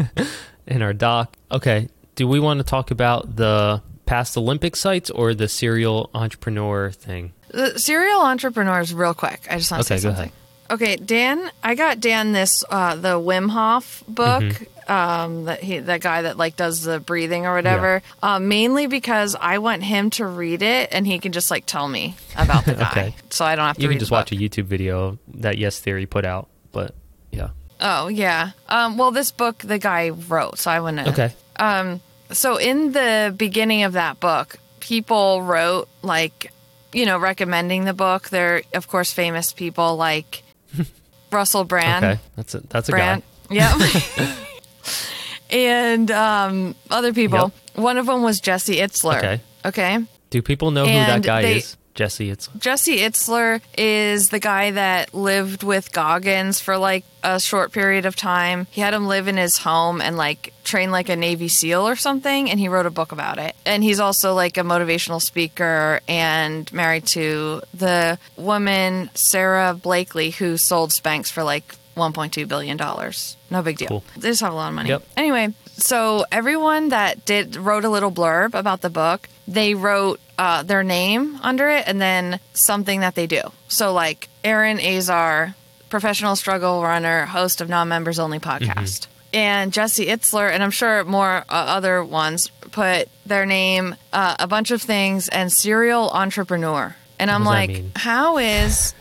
Speaker 1: <laughs> in our doc. Okay. Do we want to talk about the past Olympic sites or the serial entrepreneur thing?
Speaker 2: The serial entrepreneurs, real quick. I just want to
Speaker 1: Okay,
Speaker 2: say
Speaker 1: go
Speaker 2: something. Okay, Dan, I got Dan this uh, the Wim Hof book.
Speaker 1: Mm-hmm.
Speaker 2: Um, that he, that guy that like does the breathing or whatever. Uh, mainly because I want him to read it and he can just like tell me
Speaker 1: <laughs>
Speaker 2: about the guy,
Speaker 1: Okay.
Speaker 2: so I don't have to.
Speaker 1: You
Speaker 2: read
Speaker 1: can just
Speaker 2: the
Speaker 1: watch
Speaker 2: book.
Speaker 1: a YouTube video that Yes Theory put out, but yeah.
Speaker 2: Oh yeah. Um, well, this book the guy wrote, so I wouldn't.
Speaker 1: Okay.
Speaker 2: So in the beginning of that book, people wrote like, you know, recommending the book. They're of course famous people
Speaker 1: <laughs>
Speaker 2: like Russell Brand.
Speaker 1: Okay. That's a, that's a
Speaker 2: Brand.
Speaker 1: guy.
Speaker 2: Yep. <laughs> and um, other people. One of them was Jesse Itzler.
Speaker 1: Okay.
Speaker 2: Okay.
Speaker 1: Do people know who that
Speaker 2: And
Speaker 1: guy
Speaker 2: they-
Speaker 1: is? Jesse It's
Speaker 2: Jesse Itzler is the guy that lived with Goggins for like a short period of time. He had him live in his home and like trained like a Navy SEAL or something, and he wrote a book about it. And he's also like a motivational speaker and married to the woman, Sarah Blakely, who sold Spanx for like $1.2 billion. No big deal.
Speaker 1: Cool.
Speaker 2: They just have a lot of money.
Speaker 1: Yep.
Speaker 2: Anyway, so everyone that did wrote a little blurb about the book, they wrote uh, their name under it and then something that they do. So like Aaron Azar, professional struggle runner, host of non-members only
Speaker 1: Mm-hmm.
Speaker 2: podcast. And Jesse Itzler, and I'm sure more uh, other ones, put their name, uh, a bunch of things, and serial entrepreneur. And I'm
Speaker 1: does that
Speaker 2: like,
Speaker 1: mean? <laughs>
Speaker 2: how is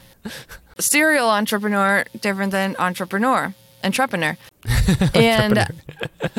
Speaker 2: serial entrepreneur different than entrepreneur? Entrepreneur.
Speaker 1: <laughs>
Speaker 2: and <laughs>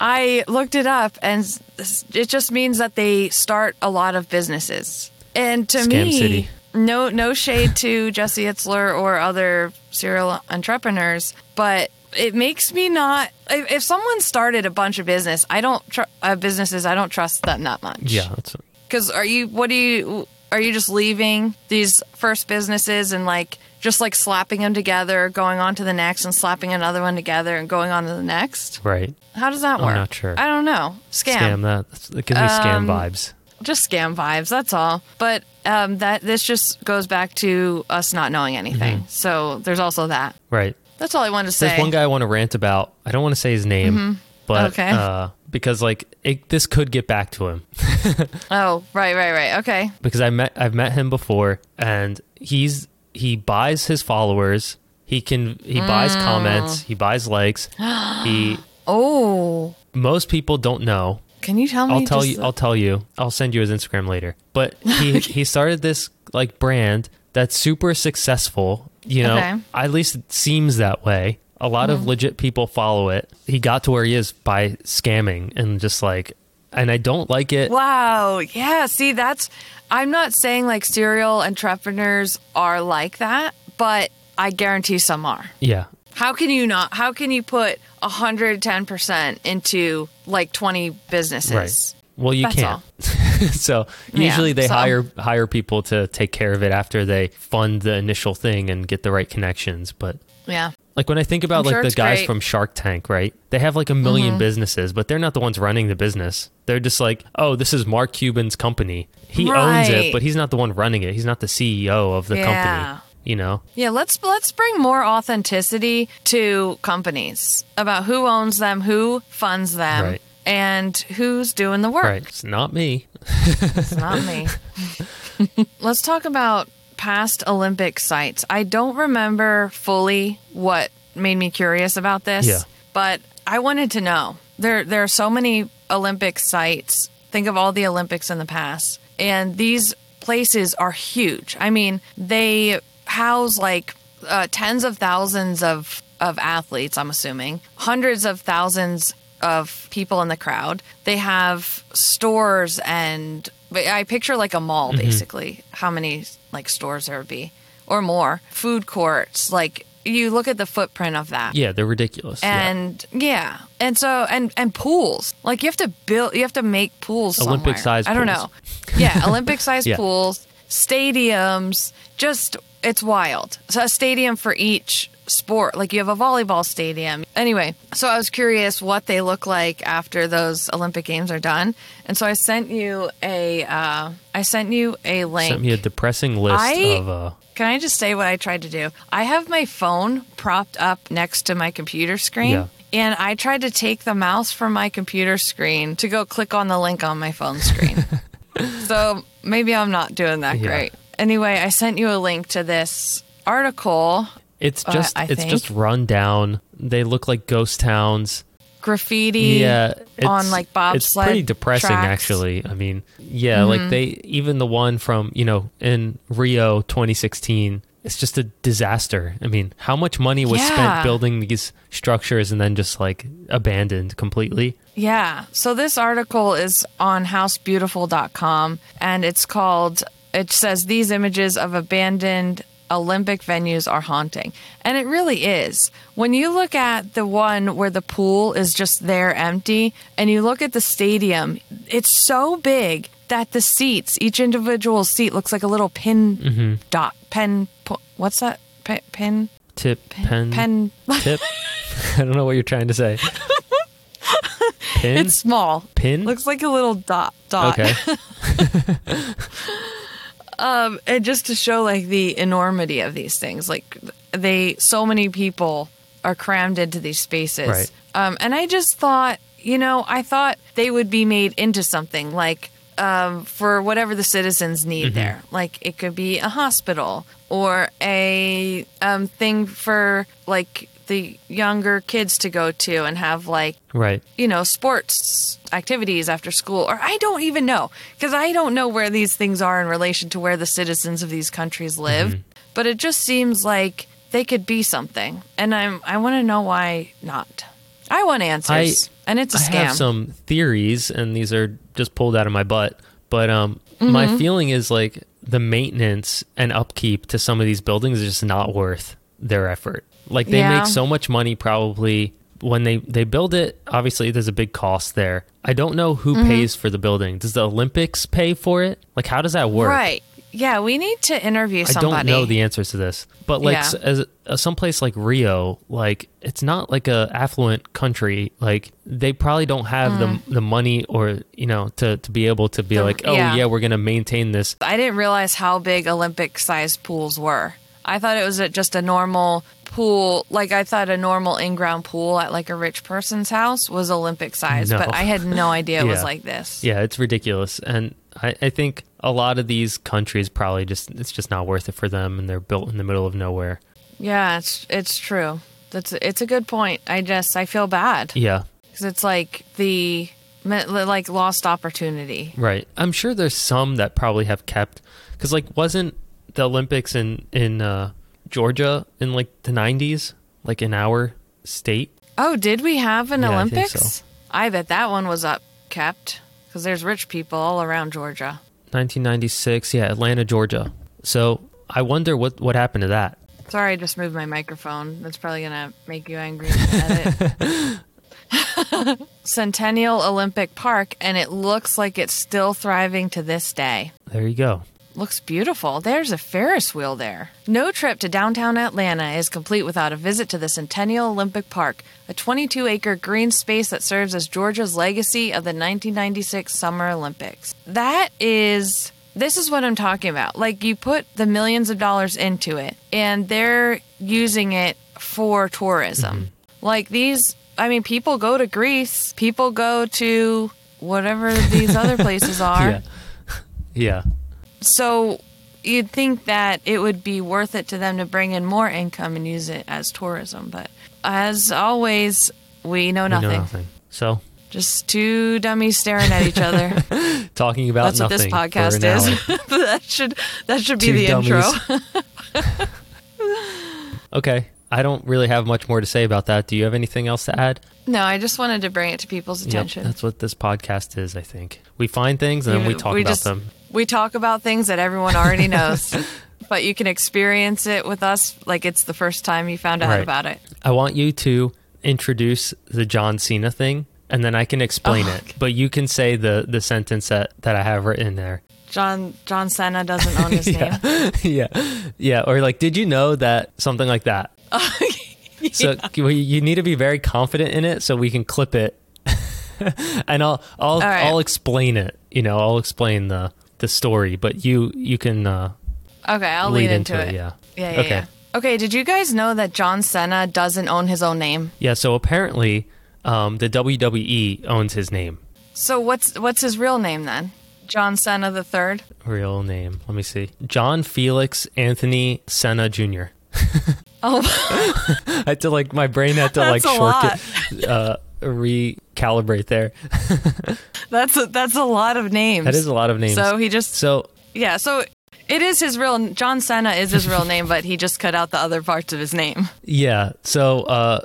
Speaker 2: I looked it up, and s- it just means that they start a lot of businesses. And to
Speaker 1: Scam
Speaker 2: me,
Speaker 1: City.
Speaker 2: no no shade to <laughs> Jesse Itzler or other serial entrepreneurs, but it makes me not. If, if someone started a bunch of business, I don't tr- uh, businesses. I don't trust them that much.
Speaker 1: Yeah, that's,
Speaker 2: Because are you? What do you? Are you just leaving these first businesses and like just like slapping them together, going on to the next, and slapping another one together, and going on to the next?
Speaker 1: right.
Speaker 2: How does that work?
Speaker 1: not sure.
Speaker 2: I don't know. Scam. Um,
Speaker 1: Scam that. That's- It gives me scam vibes.
Speaker 2: Just scam vibes. That's all. But um, that this just goes back to us not knowing anything. So there's also that.
Speaker 1: Right.
Speaker 2: That's all I wanted to say.
Speaker 1: Mm-hmm.
Speaker 2: Mm-hmm.
Speaker 1: There's one guy I want to rant about. I don't want to say his name, but
Speaker 2: Okay.
Speaker 1: uh, because like it, this could get back to him. <laughs>
Speaker 2: Oh, right, right, right. Okay.
Speaker 1: because I met I've met him before, and he's he buys his followers. He can he buys
Speaker 2: Mm.
Speaker 1: comments. He buys
Speaker 2: <gasps>
Speaker 1: likes. he
Speaker 2: Oh,
Speaker 1: most people don't know.
Speaker 2: can you tell me?
Speaker 1: I'll tell
Speaker 2: just-
Speaker 1: you. I'll tell you. I'll send you his Instagram later.
Speaker 2: <laughs>
Speaker 1: But he he started this like brand that's super successful. You know,
Speaker 2: Okay. Mm.
Speaker 1: at least it seems that way. A lot of legit people follow it. He got to where he is by scamming and just like, and I don't like it.
Speaker 2: Wow. Yeah. See, that's. I'm not saying like serial entrepreneurs are like that, but I guarantee some are.
Speaker 1: Yeah,
Speaker 2: How can you not? How can you put 110% into like 20 businesses?
Speaker 1: Right. Well, you
Speaker 2: That's
Speaker 1: can't. <laughs> so
Speaker 2: Yeah,
Speaker 1: usually they
Speaker 2: so-
Speaker 1: hire hire people to take care of it after they fund the initial thing and get the right connections. But
Speaker 2: Yeah.
Speaker 1: like when I think about
Speaker 2: I'm
Speaker 1: like
Speaker 2: sure
Speaker 1: the
Speaker 2: it's
Speaker 1: guys
Speaker 2: great. Mm-hmm.
Speaker 1: from Shark Tank, right? They have like a 1000000 businesses, but they're not the ones running the business. They're just like, oh, this is Mark Cuban's company. He owns it,
Speaker 2: Right.
Speaker 1: but he's not the one running it. He's not the CEO of the
Speaker 2: Yeah.
Speaker 1: company. You know,
Speaker 2: Yeah, let's let's bring more authenticity to companies about who owns them, who funds them,
Speaker 1: Right.
Speaker 2: and who's doing the work.
Speaker 1: right? It's not me.
Speaker 2: It's not me. <laughs> let's talk about past Olympic sites. I don't remember fully what made me curious about this,
Speaker 1: Yeah.
Speaker 2: but I wanted to know. There there are so many Olympic sites. Think of all the Olympics in the past. And these places are huge. I mean, they house like uh, tens of thousands of of athletes, I'm assuming. Hundreds of thousands of people in the crowd. They have stores and but I picture like a mall basically. How many like stores there would be or more. Food courts, like you look at the footprint of that
Speaker 1: Yeah, they're ridiculous. Yeah.
Speaker 2: and yeah. and so and and pools like you have to build you have to make pools somewhere.
Speaker 1: Olympic-sized
Speaker 2: i don't
Speaker 1: pools.
Speaker 2: know
Speaker 1: <laughs>
Speaker 2: yeah olympic sized
Speaker 1: Yeah.
Speaker 2: pools stadiums just it's wild so a stadium for each sport like you have a volleyball stadium anyway so i was curious what they look like after those olympic games are done and so i sent you a uh, i sent you a link
Speaker 1: sent me a depressing list
Speaker 2: I-
Speaker 1: of. Uh,
Speaker 2: can I just say what I tried to do? I have my phone propped up next to my computer screen.
Speaker 1: Yeah.
Speaker 2: And I tried to take the mouse from my computer screen to go click on the link on my
Speaker 1: <laughs>
Speaker 2: phone screen. so maybe I'm not doing that
Speaker 1: Yeah.
Speaker 2: great. Anyway, I sent you a link to this article,
Speaker 1: it's
Speaker 2: Uh,
Speaker 1: just
Speaker 2: I
Speaker 1: it's
Speaker 2: think.
Speaker 1: just run down. They look like ghost towns.
Speaker 2: graffiti
Speaker 1: yeah
Speaker 2: on like bobsled.
Speaker 1: it's pretty depressing
Speaker 2: tracks. Mm-hmm.
Speaker 1: actually i mean yeah like they even the one from you know in rio 2016 it's just a disaster i mean how much money was
Speaker 2: Yeah.
Speaker 1: spent building these structures and then just like abandoned completely
Speaker 2: Yeah. So this article is on housebeautiful.com and it's called, it says, These images of abandoned Olympic venues are haunting. And it really is. When you look at the one where the pool is just there empty and you look at the stadium, it's so big that the seats, each individual seat looks like a little pin
Speaker 1: Mm-hmm.
Speaker 2: dot, pen, po- what's that? Pe- Pin,
Speaker 1: tip pen
Speaker 2: pen,
Speaker 1: <laughs>
Speaker 2: <laughs>
Speaker 1: tip i don't know what you're trying to say Pin?
Speaker 2: It's small.
Speaker 1: Pin?
Speaker 2: Looks like a little dot. Dot.
Speaker 1: okay.
Speaker 2: and just to show like the enormity of these things like they so many people are crammed into these spaces
Speaker 1: Right.
Speaker 2: um, and i just thought you know i thought they would be made into something like um, for whatever the citizens need there like it could be a hospital or a um, thing for like the younger kids to go to and have like
Speaker 1: Right.
Speaker 2: you know, sports activities after school, or I don't even know because I don't know where these things are in relation to where the citizens of these countries live.
Speaker 1: Mm-hmm.
Speaker 2: But it just seems like they could be something, and I'm I want to know why not. I want answers, and it's a
Speaker 1: I
Speaker 2: scam.
Speaker 1: have some theories, and these are just pulled out of my butt. But um,
Speaker 2: Mm-hmm.
Speaker 1: my feeling is like the maintenance and upkeep to some of these buildings is just not worth their effort. Like they
Speaker 2: Yeah.
Speaker 1: make so much money probably when they they build it. Obviously, there's a big cost there. I don't know who
Speaker 2: Mm-hmm.
Speaker 1: pays for the building. Does the Olympics pay for it? Like, how does that work?
Speaker 2: right? Yeah, we need to interview
Speaker 1: I
Speaker 2: somebody.
Speaker 1: don't know the answers to this, but like
Speaker 2: Yeah.
Speaker 1: s as, as someplace like Rio, like it's not like a affluent country. Like they probably don't have the the money or you know to to be able to be like, oh
Speaker 2: Mm. yeah.
Speaker 1: yeah, we're gonna maintain this.
Speaker 2: I didn't realize how big Olympic sized pools were. I thought it was a, just a normal pool, like I thought a normal in ground pool at like a rich person's house was Olympic sized,
Speaker 1: No.
Speaker 2: but I had no idea it was
Speaker 1: <laughs> Yeah.
Speaker 2: like this.
Speaker 1: Yeah, it's ridiculous, and I, I think a lot of these countries probably just it's just not worth it for them, and they're built in the middle of nowhere.
Speaker 2: Yeah, it's it's true. That's it's a good point. I just I feel bad
Speaker 1: Yeah,
Speaker 2: because it's like the like lost opportunity.
Speaker 1: Right. I'm sure there's some that probably have kept because like wasn't the Olympics in in uh, Georgia in like the 90s, like in our state?
Speaker 2: Oh, did we have an
Speaker 1: Yeah, I think
Speaker 2: Olympics?
Speaker 1: so.
Speaker 2: I bet that one was up kept because there's rich people all around Georgia.
Speaker 1: 1996, yeah, Atlanta, Georgia. So I wonder what what happened to that.
Speaker 2: Sorry, I just moved my microphone. That's probably gonna make you angry. At it. <laughs> Centennial Olympic Park, and it looks like it's still thriving to this day.
Speaker 1: There you go.
Speaker 2: Looks beautiful. There's a Ferris wheel there. No trip to downtown Atlanta is complete without a visit to the Centennial Olympic Park, a 22 acre green space that serves as Georgia's legacy of the 1996 Summer Olympics. That is, this is what I'm talking about. Like, you put the millions of dollars into it, and they're using it for tourism. Like, these, I mean, people go to Greece, people go to whatever these other places are.
Speaker 1: Yeah. Yeah.
Speaker 2: So you'd think that it would be worth it to them to bring in more income and use it as tourism, but as always, we know
Speaker 1: We
Speaker 2: nothing.
Speaker 1: know nothing. So
Speaker 2: Just two dummies staring at each other.
Speaker 1: <laughs> talking about
Speaker 2: That's what this
Speaker 1: nothing. for
Speaker 2: podcast
Speaker 1: an
Speaker 2: is.
Speaker 1: hour.
Speaker 2: <laughs> that should that should be
Speaker 1: Two
Speaker 2: the intro.
Speaker 1: <laughs>
Speaker 2: <laughs>
Speaker 1: okay. I don't really have much more to say about that. Do you have anything else to add?
Speaker 2: No, I just wanted to bring it to people's attention.
Speaker 1: that's what this podcast is, I think. We find things and then we talk about
Speaker 2: just-
Speaker 1: them.
Speaker 2: We talk about things that everyone
Speaker 1: <laughs>
Speaker 2: already knows, but you can experience it with us like it's the first time you found out
Speaker 1: Right.
Speaker 2: about it.
Speaker 1: I want you to introduce the John Cena thing, and then I can explain
Speaker 2: Oh,
Speaker 1: it.
Speaker 2: okay.
Speaker 1: But you can say the the sentence that that I have written
Speaker 2: <laughs>
Speaker 1: there.
Speaker 2: John John Senna doesn't own his name.
Speaker 1: <laughs> yeah, yeah. Or like, did you know that something like
Speaker 2: <laughs>
Speaker 1: that? So we, you need to be very confident in it, so we can clip it, <laughs> and I'll I'll
Speaker 2: right.
Speaker 1: I'll explain it. You know, I'll explain the the story, but you you can uh,
Speaker 2: Okay, I'll
Speaker 1: lead
Speaker 2: lead, into, it.
Speaker 1: Yeah.
Speaker 2: Yeah, yeah,
Speaker 1: Okay.
Speaker 2: yeah. Okay, did you guys know that John Cena doesn't own his own name?
Speaker 1: Yeah, so apparently um, the WWE owns his name.
Speaker 2: So what's what's his real name then? John Cena the third?
Speaker 1: Real name. Let me see. John Felix Anthony Senna Jr.
Speaker 2: <laughs> Oh,
Speaker 1: <laughs> I had to like my brain had to like
Speaker 2: That's a
Speaker 1: shortcut uh recalibrate there. <laughs>
Speaker 2: that's a, that's a lot of names.
Speaker 1: That is a lot of names.
Speaker 2: So he just
Speaker 1: So
Speaker 2: yeah. So it is his real John Cena is his
Speaker 1: <laughs>
Speaker 2: real name, but he just cut out the other parts of his name.
Speaker 1: yeah. So
Speaker 2: <laughs>
Speaker 1: uh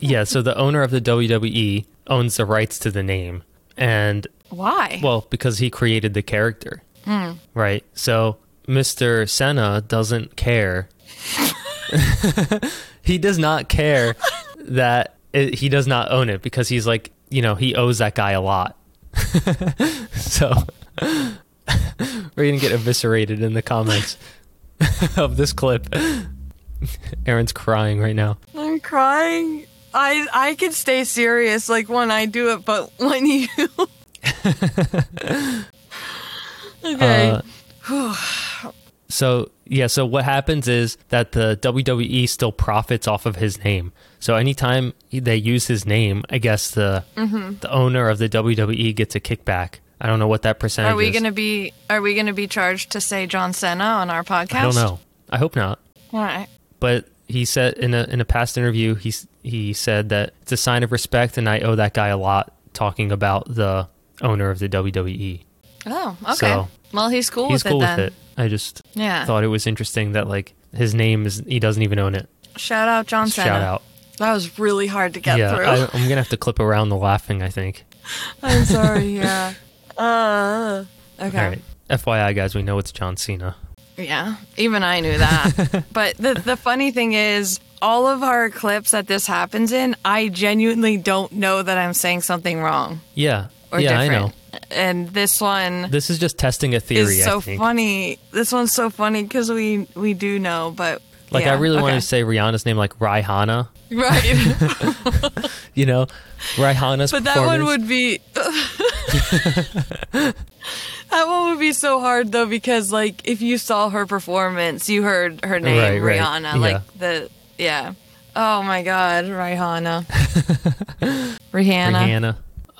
Speaker 1: yeah, so the owner of the WWE owns the rights to the name and
Speaker 2: Why?
Speaker 1: Well, because he created the character. Right. So Mr. Senna doesn't care. <laughs> he does not care that it, he does not own it because he's like, you know, he owes that guy a lot. <laughs> so <laughs> we're going to get eviscerated in the comments <laughs> of this clip. Aaron's crying right now.
Speaker 2: I'm crying. I I can stay serious like when I do it, but
Speaker 1: <laughs>
Speaker 2: when you <laughs> Okay.
Speaker 1: Uh, so yeah, so what happens is that the WWE still profits off of his name. So anytime they use his name, I guess the
Speaker 2: Mm-hmm.
Speaker 1: the owner of the WWE gets a kickback. I don't know what that percentage
Speaker 2: are we
Speaker 1: is.
Speaker 2: gonna be are we gonna be charged to say John Cena on our podcast?
Speaker 1: I don't know. I hope not.
Speaker 2: All right.
Speaker 1: But he said in a in a past interview, he s- he said that it's a sign of respect, and I owe that guy a lot. Talking about the owner of the WWE,
Speaker 2: Oh, okay.
Speaker 1: So,
Speaker 2: well he's cool
Speaker 1: he's
Speaker 2: with
Speaker 1: cool
Speaker 2: it then.
Speaker 1: with it. I just
Speaker 2: Yeah.
Speaker 1: thought it was interesting that like his name is he doesn't even own it.
Speaker 2: Shout out John Cena.
Speaker 1: Shout out.
Speaker 2: That was really hard to get
Speaker 1: yeah,
Speaker 2: through.
Speaker 1: I, I'm gonna have to clip around the laughing. I think.
Speaker 2: <laughs>
Speaker 1: <laughs>
Speaker 2: I'm sorry. Yeah. Uh, okay.
Speaker 1: All right. FYI, guys, we know it's John Cena.
Speaker 2: Yeah. Even I
Speaker 1: <laughs>
Speaker 2: knew that. but the the funny thing is, all of our clips that this happens in, I genuinely don't know that I'm saying something wrong
Speaker 1: Yeah.
Speaker 2: or
Speaker 1: yeah,
Speaker 2: different.
Speaker 1: I know.
Speaker 2: And this one
Speaker 1: This is just testing a theory.
Speaker 2: is so
Speaker 1: I think.
Speaker 2: funny. This one's so funny because we we do know, but
Speaker 1: Like
Speaker 2: yeah,
Speaker 1: I really
Speaker 2: okay.
Speaker 1: wanted to say Rihanna's name, like Rihanna.
Speaker 2: <laughs>
Speaker 1: <laughs>
Speaker 2: right.
Speaker 1: You know, Rihanna's.
Speaker 2: But that one
Speaker 1: performance.
Speaker 2: would be. <laughs> that one would be so hard though because like if you saw her performance, you heard her name
Speaker 1: Right, right.
Speaker 2: Rihanna,
Speaker 1: Yeah.
Speaker 2: like the yeah. Oh my
Speaker 1: <laughs>
Speaker 2: God, Rihanna. Rihanna.
Speaker 1: Rihanna.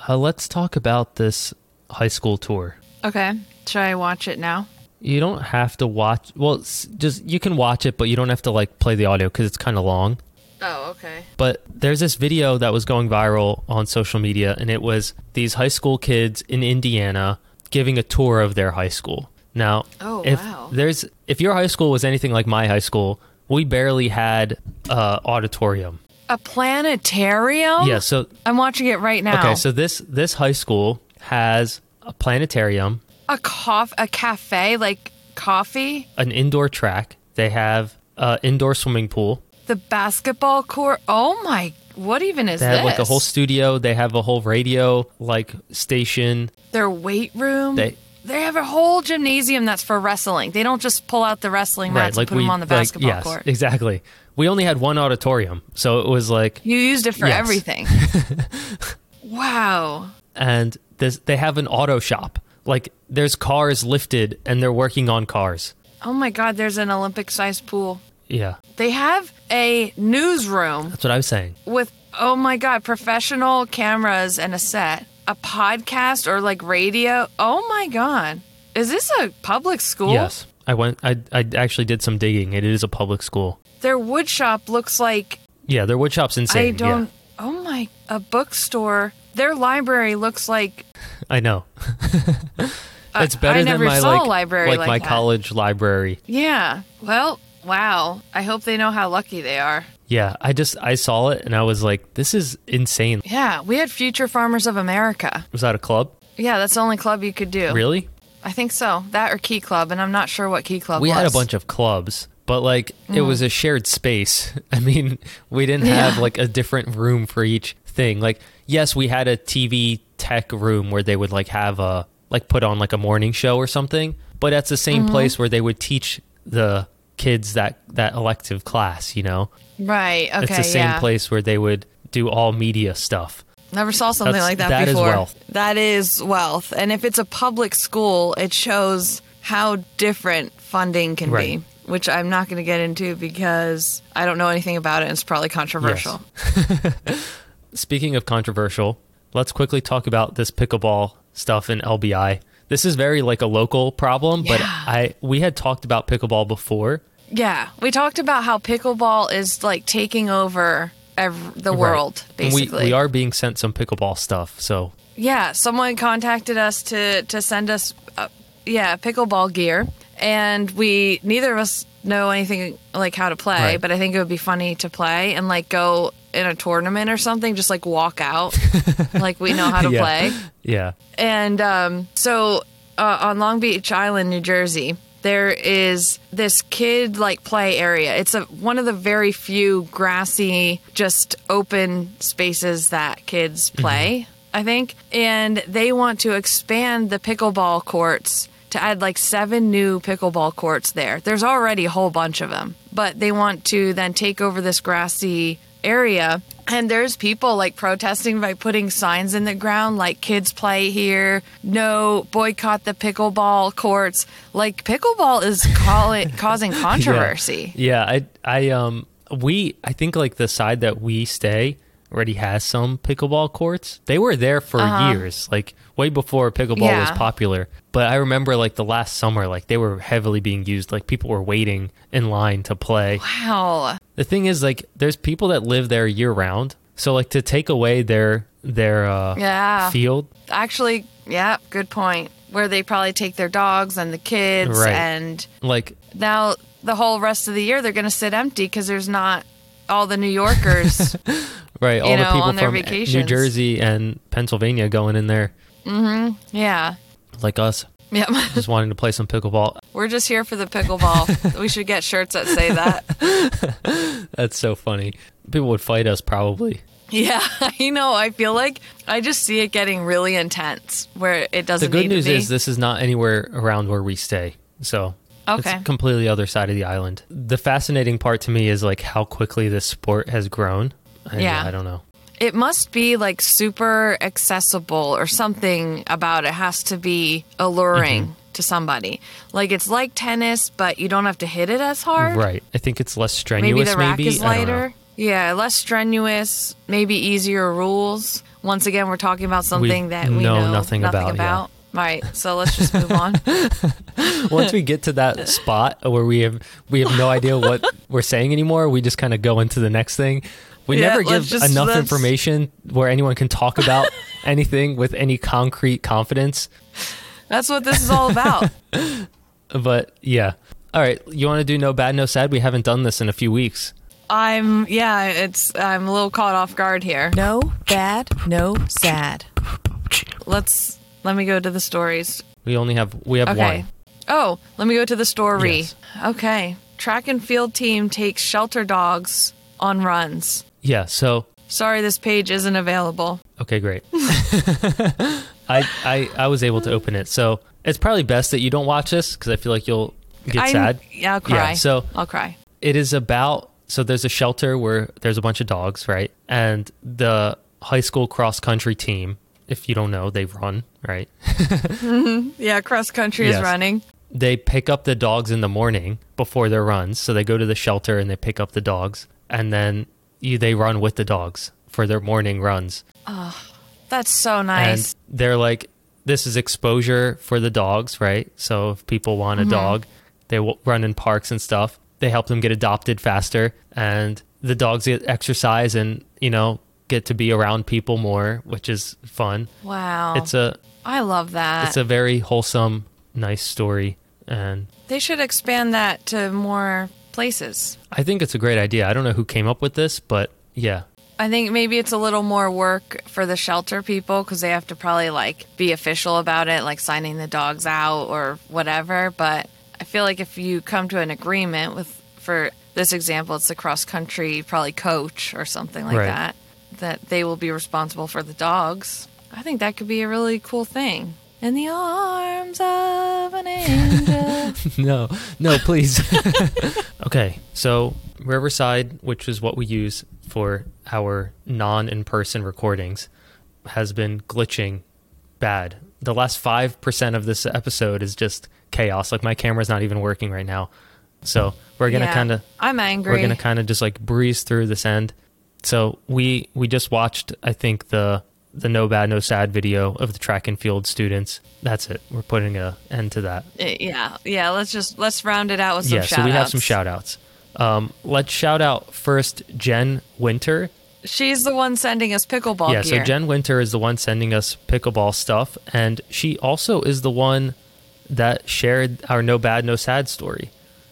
Speaker 1: Uh, let's talk about this high school tour.
Speaker 2: Okay, should I watch it now?
Speaker 1: You don't have to watch. Well, s- just you can watch it, but you don't have to like play the audio because it's kind of long.
Speaker 2: Oh, okay.
Speaker 1: But there's this video that was going viral on social media, and it was these high school kids in Indiana giving a tour of their high school. Now,
Speaker 2: Oh,
Speaker 1: if
Speaker 2: wow.
Speaker 1: there's if your high school was anything like my high school, we barely had uh, auditorium.
Speaker 2: A planetarium.
Speaker 1: Yeah, so
Speaker 2: I'm watching it right now.
Speaker 1: okay, so this this high school has a planetarium,
Speaker 2: a coff, a cafe, like coffee,
Speaker 1: an indoor track. They have an indoor swimming pool.
Speaker 2: the basketball court. Oh my, what even is
Speaker 1: They
Speaker 2: this?
Speaker 1: have like a whole studio. They have a whole radio like station.
Speaker 2: their weight room.
Speaker 1: They-
Speaker 2: They have a whole gymnasium that's for wrestling. They don't just pull out the wrestling
Speaker 1: right,
Speaker 2: mats
Speaker 1: like
Speaker 2: and put
Speaker 1: we
Speaker 2: them on the
Speaker 1: like,
Speaker 2: basketball
Speaker 1: yes,
Speaker 2: court.
Speaker 1: Exactly. We only had one auditorium, so it was like,
Speaker 2: You used it for
Speaker 1: Yes. <laughs>
Speaker 2: everything. wow.
Speaker 1: and this they have an auto shop. Like there's cars lifted, and they're working on cars.
Speaker 2: Oh my God, there's an Olympic sized pool.
Speaker 1: Yeah,
Speaker 2: They have a newsroom
Speaker 1: that's what I was saying.
Speaker 2: with, oh my God, professional cameras and a set, a podcast or like radio. Oh my God. Is this a public school?
Speaker 1: Yes, I went. I I actually did some digging. It is a public school.
Speaker 2: Their wood shop looks like
Speaker 1: Yeah, their wood shop's insane.
Speaker 2: I don't. Oh my! A bookstore. Their library looks like
Speaker 1: Yeah, I
Speaker 2: <laughs>
Speaker 1: know. it's
Speaker 2: I
Speaker 1: better than
Speaker 2: never
Speaker 1: my
Speaker 2: saw a
Speaker 1: like,
Speaker 2: library
Speaker 1: like,
Speaker 2: like
Speaker 1: my
Speaker 2: that.
Speaker 1: college library.
Speaker 2: yeah. Well, wow. I hope they know how lucky they are.
Speaker 1: Yeah, I just I saw it and I was like, this is insane.
Speaker 2: Yeah, we had Future Farmers of America.
Speaker 1: Was that a club?
Speaker 2: Yeah, that's the only club you could do.
Speaker 1: Really?
Speaker 2: I think so. That or Key Club, and I'm not sure what Key Club
Speaker 1: we
Speaker 2: was.
Speaker 1: had a bunch of clubs but like it was a shared space <laughs> i mean we didn't have
Speaker 2: Mm. Yeah.
Speaker 1: like a different room for each thing like yes we had a tv tech room where they would like have a like put on like a morning show or something but that's the same
Speaker 2: Mm-hmm.
Speaker 1: place where they would teach the kids that that elective class you know
Speaker 2: Right. Okay.
Speaker 1: it's the same
Speaker 2: yeah.
Speaker 1: place where they would do all media stuff
Speaker 2: Never saw something
Speaker 1: That's-
Speaker 2: like that,
Speaker 1: that is
Speaker 2: before.
Speaker 1: wealth.
Speaker 2: That is wealth, and if it's a public school, it shows how different funding can
Speaker 1: Right.
Speaker 2: be. Which I'm not going to get into because I don't know anything about it. and It's probably controversial.
Speaker 1: speaking of controversial, let's quickly talk about this pickleball stuff in LBI. This is very like a local problem, but
Speaker 2: Yeah.
Speaker 1: I we had talked about pickleball before.
Speaker 2: Yeah, we talked about how pickleball is like taking over ev- the world,
Speaker 1: And we,
Speaker 2: basically.
Speaker 1: we are being sent some pickleball stuff, so
Speaker 2: Yeah, someone contacted us to to send us, uh, yeah, pickleball gear, and we neither of us know anything like how to play,
Speaker 1: Right.
Speaker 2: but I think it would be funny to play and like go in a tournament or something, just like walk
Speaker 1: <laughs>
Speaker 2: out, like we know how to
Speaker 1: Yeah.
Speaker 2: play.
Speaker 1: <laughs> yeah.
Speaker 2: And um, so uh, on Long Beach Island, New Jersey, there is this kid like play area. It's a, one of the very few grassy, just open spaces that kids play, I think. And they want to expand the pickleball courts to add like seven new pickleball courts there. There's already a whole bunch of them, but they want to then take over this grassy area. And there's people like protesting by putting signs in the ground like kids play here, no boycott the pickleball courts. Like pickleball is call causing controversy.
Speaker 1: Yeah, I I um we I think like the side that we stay already has some pickleball courts. They were there for years, like way before pickleball was
Speaker 2: Uh-huh. Yeah.
Speaker 1: popular. But I remember like the last summer like they were heavily being used, like people were waiting in line to play.
Speaker 2: Wow.
Speaker 1: The thing is like there's people that live there year round. So like to take away their their uh
Speaker 2: Yeah.
Speaker 1: field
Speaker 2: Actually, yeah, good point. Where they probably take their dogs and the kids
Speaker 1: Right.
Speaker 2: and
Speaker 1: like
Speaker 2: now the whole rest of the year they're going to sit empty because there's not all the New
Speaker 1: <laughs>
Speaker 2: Yorkers.
Speaker 1: right all
Speaker 2: know,
Speaker 1: the people
Speaker 2: on their
Speaker 1: from New
Speaker 2: vacations.
Speaker 1: Jersey and Pennsylvania going in there
Speaker 2: yeah.
Speaker 1: like us
Speaker 2: Yeah.
Speaker 1: just wanting to play some pickleball.
Speaker 2: <laughs> We're just here for the pickleball. we should get shirts that say
Speaker 1: <laughs>
Speaker 2: that.
Speaker 1: That's so funny. People would fight us probably.
Speaker 2: Yeah, <laughs> I know. I feel like I just see it getting really intense where it doesn't
Speaker 1: The good
Speaker 2: need
Speaker 1: news
Speaker 2: to be.
Speaker 1: is this is not anywhere around where we stay. So
Speaker 2: Okay.
Speaker 1: it's completely other side of the island. The fascinating part to me is like how quickly this sport has grown. I,
Speaker 2: Yeah.
Speaker 1: I don't know.
Speaker 2: it must be like super accessible or something about it has to be alluring
Speaker 1: Mm-hmm.
Speaker 2: to somebody. Like it's like tennis, but you don't have to hit it as hard.
Speaker 1: Right. I think it's less strenuous
Speaker 2: Maybe the rack
Speaker 1: maybe.
Speaker 2: is
Speaker 1: I don't know.
Speaker 2: lighter. Yeah, less strenuous, maybe easier rules. Once again, we're talking about something that we
Speaker 1: know
Speaker 2: know,
Speaker 1: nothing about, yeah.
Speaker 2: Right, so let's just move <laughs> on.
Speaker 1: Once we get to
Speaker 2: <laughs>
Speaker 1: that spot where we have we have no idea what we're saying anymore, we just kind of go into the next thing. We
Speaker 2: Yeah,
Speaker 1: never give
Speaker 2: let's just-
Speaker 1: enough
Speaker 2: let's-
Speaker 1: information where anyone can talk
Speaker 2: <laughs>
Speaker 1: about anything with any concrete confidence.
Speaker 2: That's what this is all about.
Speaker 1: But yeah. All right, you want to do no bad, no sad? We haven't done this in a few weeks.
Speaker 2: I'm yeah, it's I'm a little caught off guard here.
Speaker 3: No bad, no sad.
Speaker 2: Let's let me go to the stories.
Speaker 1: We only have we have
Speaker 2: Okay.
Speaker 1: one.
Speaker 2: Oh, let me go to the story.
Speaker 1: Yes.
Speaker 2: Okay. Track and field team takes shelter dogs on runs.
Speaker 1: Yeah. So
Speaker 2: Sorry this page isn't available.
Speaker 1: okay,
Speaker 2: <laughs>
Speaker 1: great. I, I I was able to open it, so it's probably best that you don't watch this because I feel like you'll get
Speaker 2: I'm-
Speaker 1: sad.
Speaker 2: Yeah, I'll cry.
Speaker 1: so-
Speaker 2: I'll cry.
Speaker 1: It is about so there's a shelter where there's a bunch of dogs, right? And the high school cross country team, if you don't know, they run right.
Speaker 2: Yeah, cross country
Speaker 1: Yes.
Speaker 2: is running.
Speaker 1: they pick up the dogs in the morning before their runs. So they go to the shelter and they pick up the dogs, and then you, they run with the dogs for their morning runs.
Speaker 2: That's so nice.
Speaker 1: And they're like, this is exposure for the dogs, right? So if people want a dog, they will run in parks and stuff. They help them get adopted faster, and the dogs get exercise and you know get to be around people more, which is fun.
Speaker 2: wow.
Speaker 1: It's a
Speaker 2: I love that.
Speaker 1: it's a very wholesome, nice story, and
Speaker 2: they should expand that to more places.
Speaker 1: I think it's a great idea. I don't know who came up with this, but yeah. <laughs>
Speaker 2: I think maybe it's a little more work for the shelter people because they have to probably like be official about it, like signing the dogs out or whatever. But I feel like if you come to an agreement with, for this example, it's the cross country probably coach or something like
Speaker 1: Right.
Speaker 2: that, that they will be responsible for the dogs. I think that could be a really cool thing. In the arms
Speaker 1: <laughs>
Speaker 2: of an angel.
Speaker 1: No, no, please. <laughs> okay, so Riverside, which is what we use for our non in person recordings, has been glitching bad. The last 5% of this episode is just chaos. Like, my camera's not even working right now. So, we're going to
Speaker 2: Yeah.
Speaker 1: kind of
Speaker 2: I'm angry.
Speaker 1: We're gonna kind of just like breeze through this end. So we we just watched, I think the the no bad no sad video of the track and field students. That's it. We're putting a end to that.
Speaker 2: Uh, yeah, yeah. Let's just let's round it out with some
Speaker 1: yeah.
Speaker 2: shout
Speaker 1: So we have some shout outs. Um, let's shout out first Jen Winter.
Speaker 2: She's the one sending us pickleball
Speaker 1: yeah.
Speaker 2: gear.
Speaker 1: So Jen Winter is the one sending us pickleball stuff, and she also is the one that shared our no bad no sad story.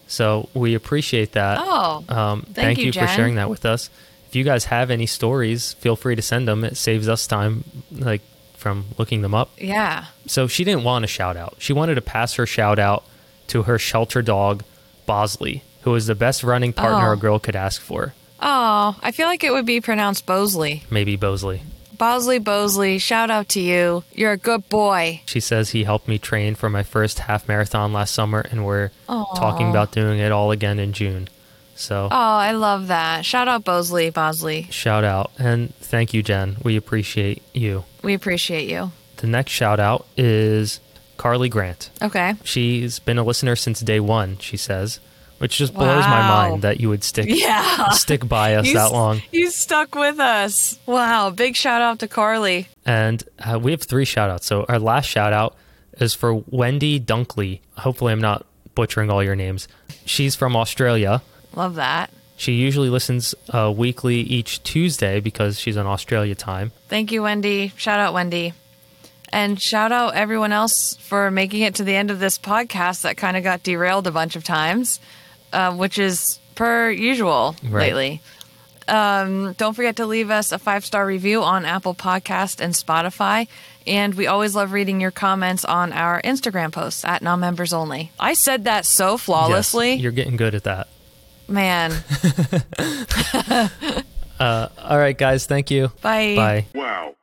Speaker 1: So we appreciate that.
Speaker 2: Oh,
Speaker 1: Um, thank,
Speaker 2: Thank
Speaker 1: you,
Speaker 2: you,
Speaker 1: for
Speaker 2: Jen.
Speaker 1: sharing that with us. If you guys have any stories, feel free to send them. It saves us time, like from looking them up.
Speaker 2: yeah.
Speaker 1: So she didn't want a shout out. She wanted to pass her shout out to her shelter dog, Bosley, who is the best running partner
Speaker 2: Oh.
Speaker 1: a girl could ask for.
Speaker 2: Oh, I feel like it would be pronounced Bosley.
Speaker 1: Maybe Bosley.
Speaker 2: Bosley, Bosley, shout out to you. You're a good boy.
Speaker 1: She says he helped me train for my first half marathon last summer, and we're talking about doing it all again in June. So
Speaker 2: Oh, I love that. Shout out Bosley, Bosley.
Speaker 1: shout out and thank you, Jen. We appreciate you.
Speaker 2: We appreciate you.
Speaker 1: The next shout out is Carly Grant.
Speaker 2: Okay. <laughs>
Speaker 1: She's been a listener since day one. She says, which just blows my
Speaker 2: Wow.
Speaker 1: mind that you would stick
Speaker 2: <laughs> Yeah.
Speaker 1: stick by us
Speaker 2: You
Speaker 1: that
Speaker 2: s-
Speaker 1: long.
Speaker 2: You stuck with us. Wow. Big shout out to Carly.
Speaker 1: And uh, we have three shout outs. So our last shout out is for Wendy Dunkley. Hopefully, I'm not butchering all your names. She's from Australia.
Speaker 2: Love that.
Speaker 1: She usually listens uh, weekly each Tuesday because she's on Australia time.
Speaker 2: Thank you, Wendy. Shout out, Wendy. And shout out everyone else for making it to the end of this podcast that kind of got derailed a bunch of times, uh, which is per usual
Speaker 1: Right.
Speaker 2: lately. Um, don't forget to leave us a five star review on Apple Podcast and Spotify. And we always love reading your comments on our Instagram posts at non members only. I said that so
Speaker 1: Yes,
Speaker 2: flawlessly.
Speaker 1: you're getting good at that.
Speaker 2: Man,
Speaker 1: <laughs> All right, guys, thank you.
Speaker 2: bye.
Speaker 1: Bye.
Speaker 4: Wow.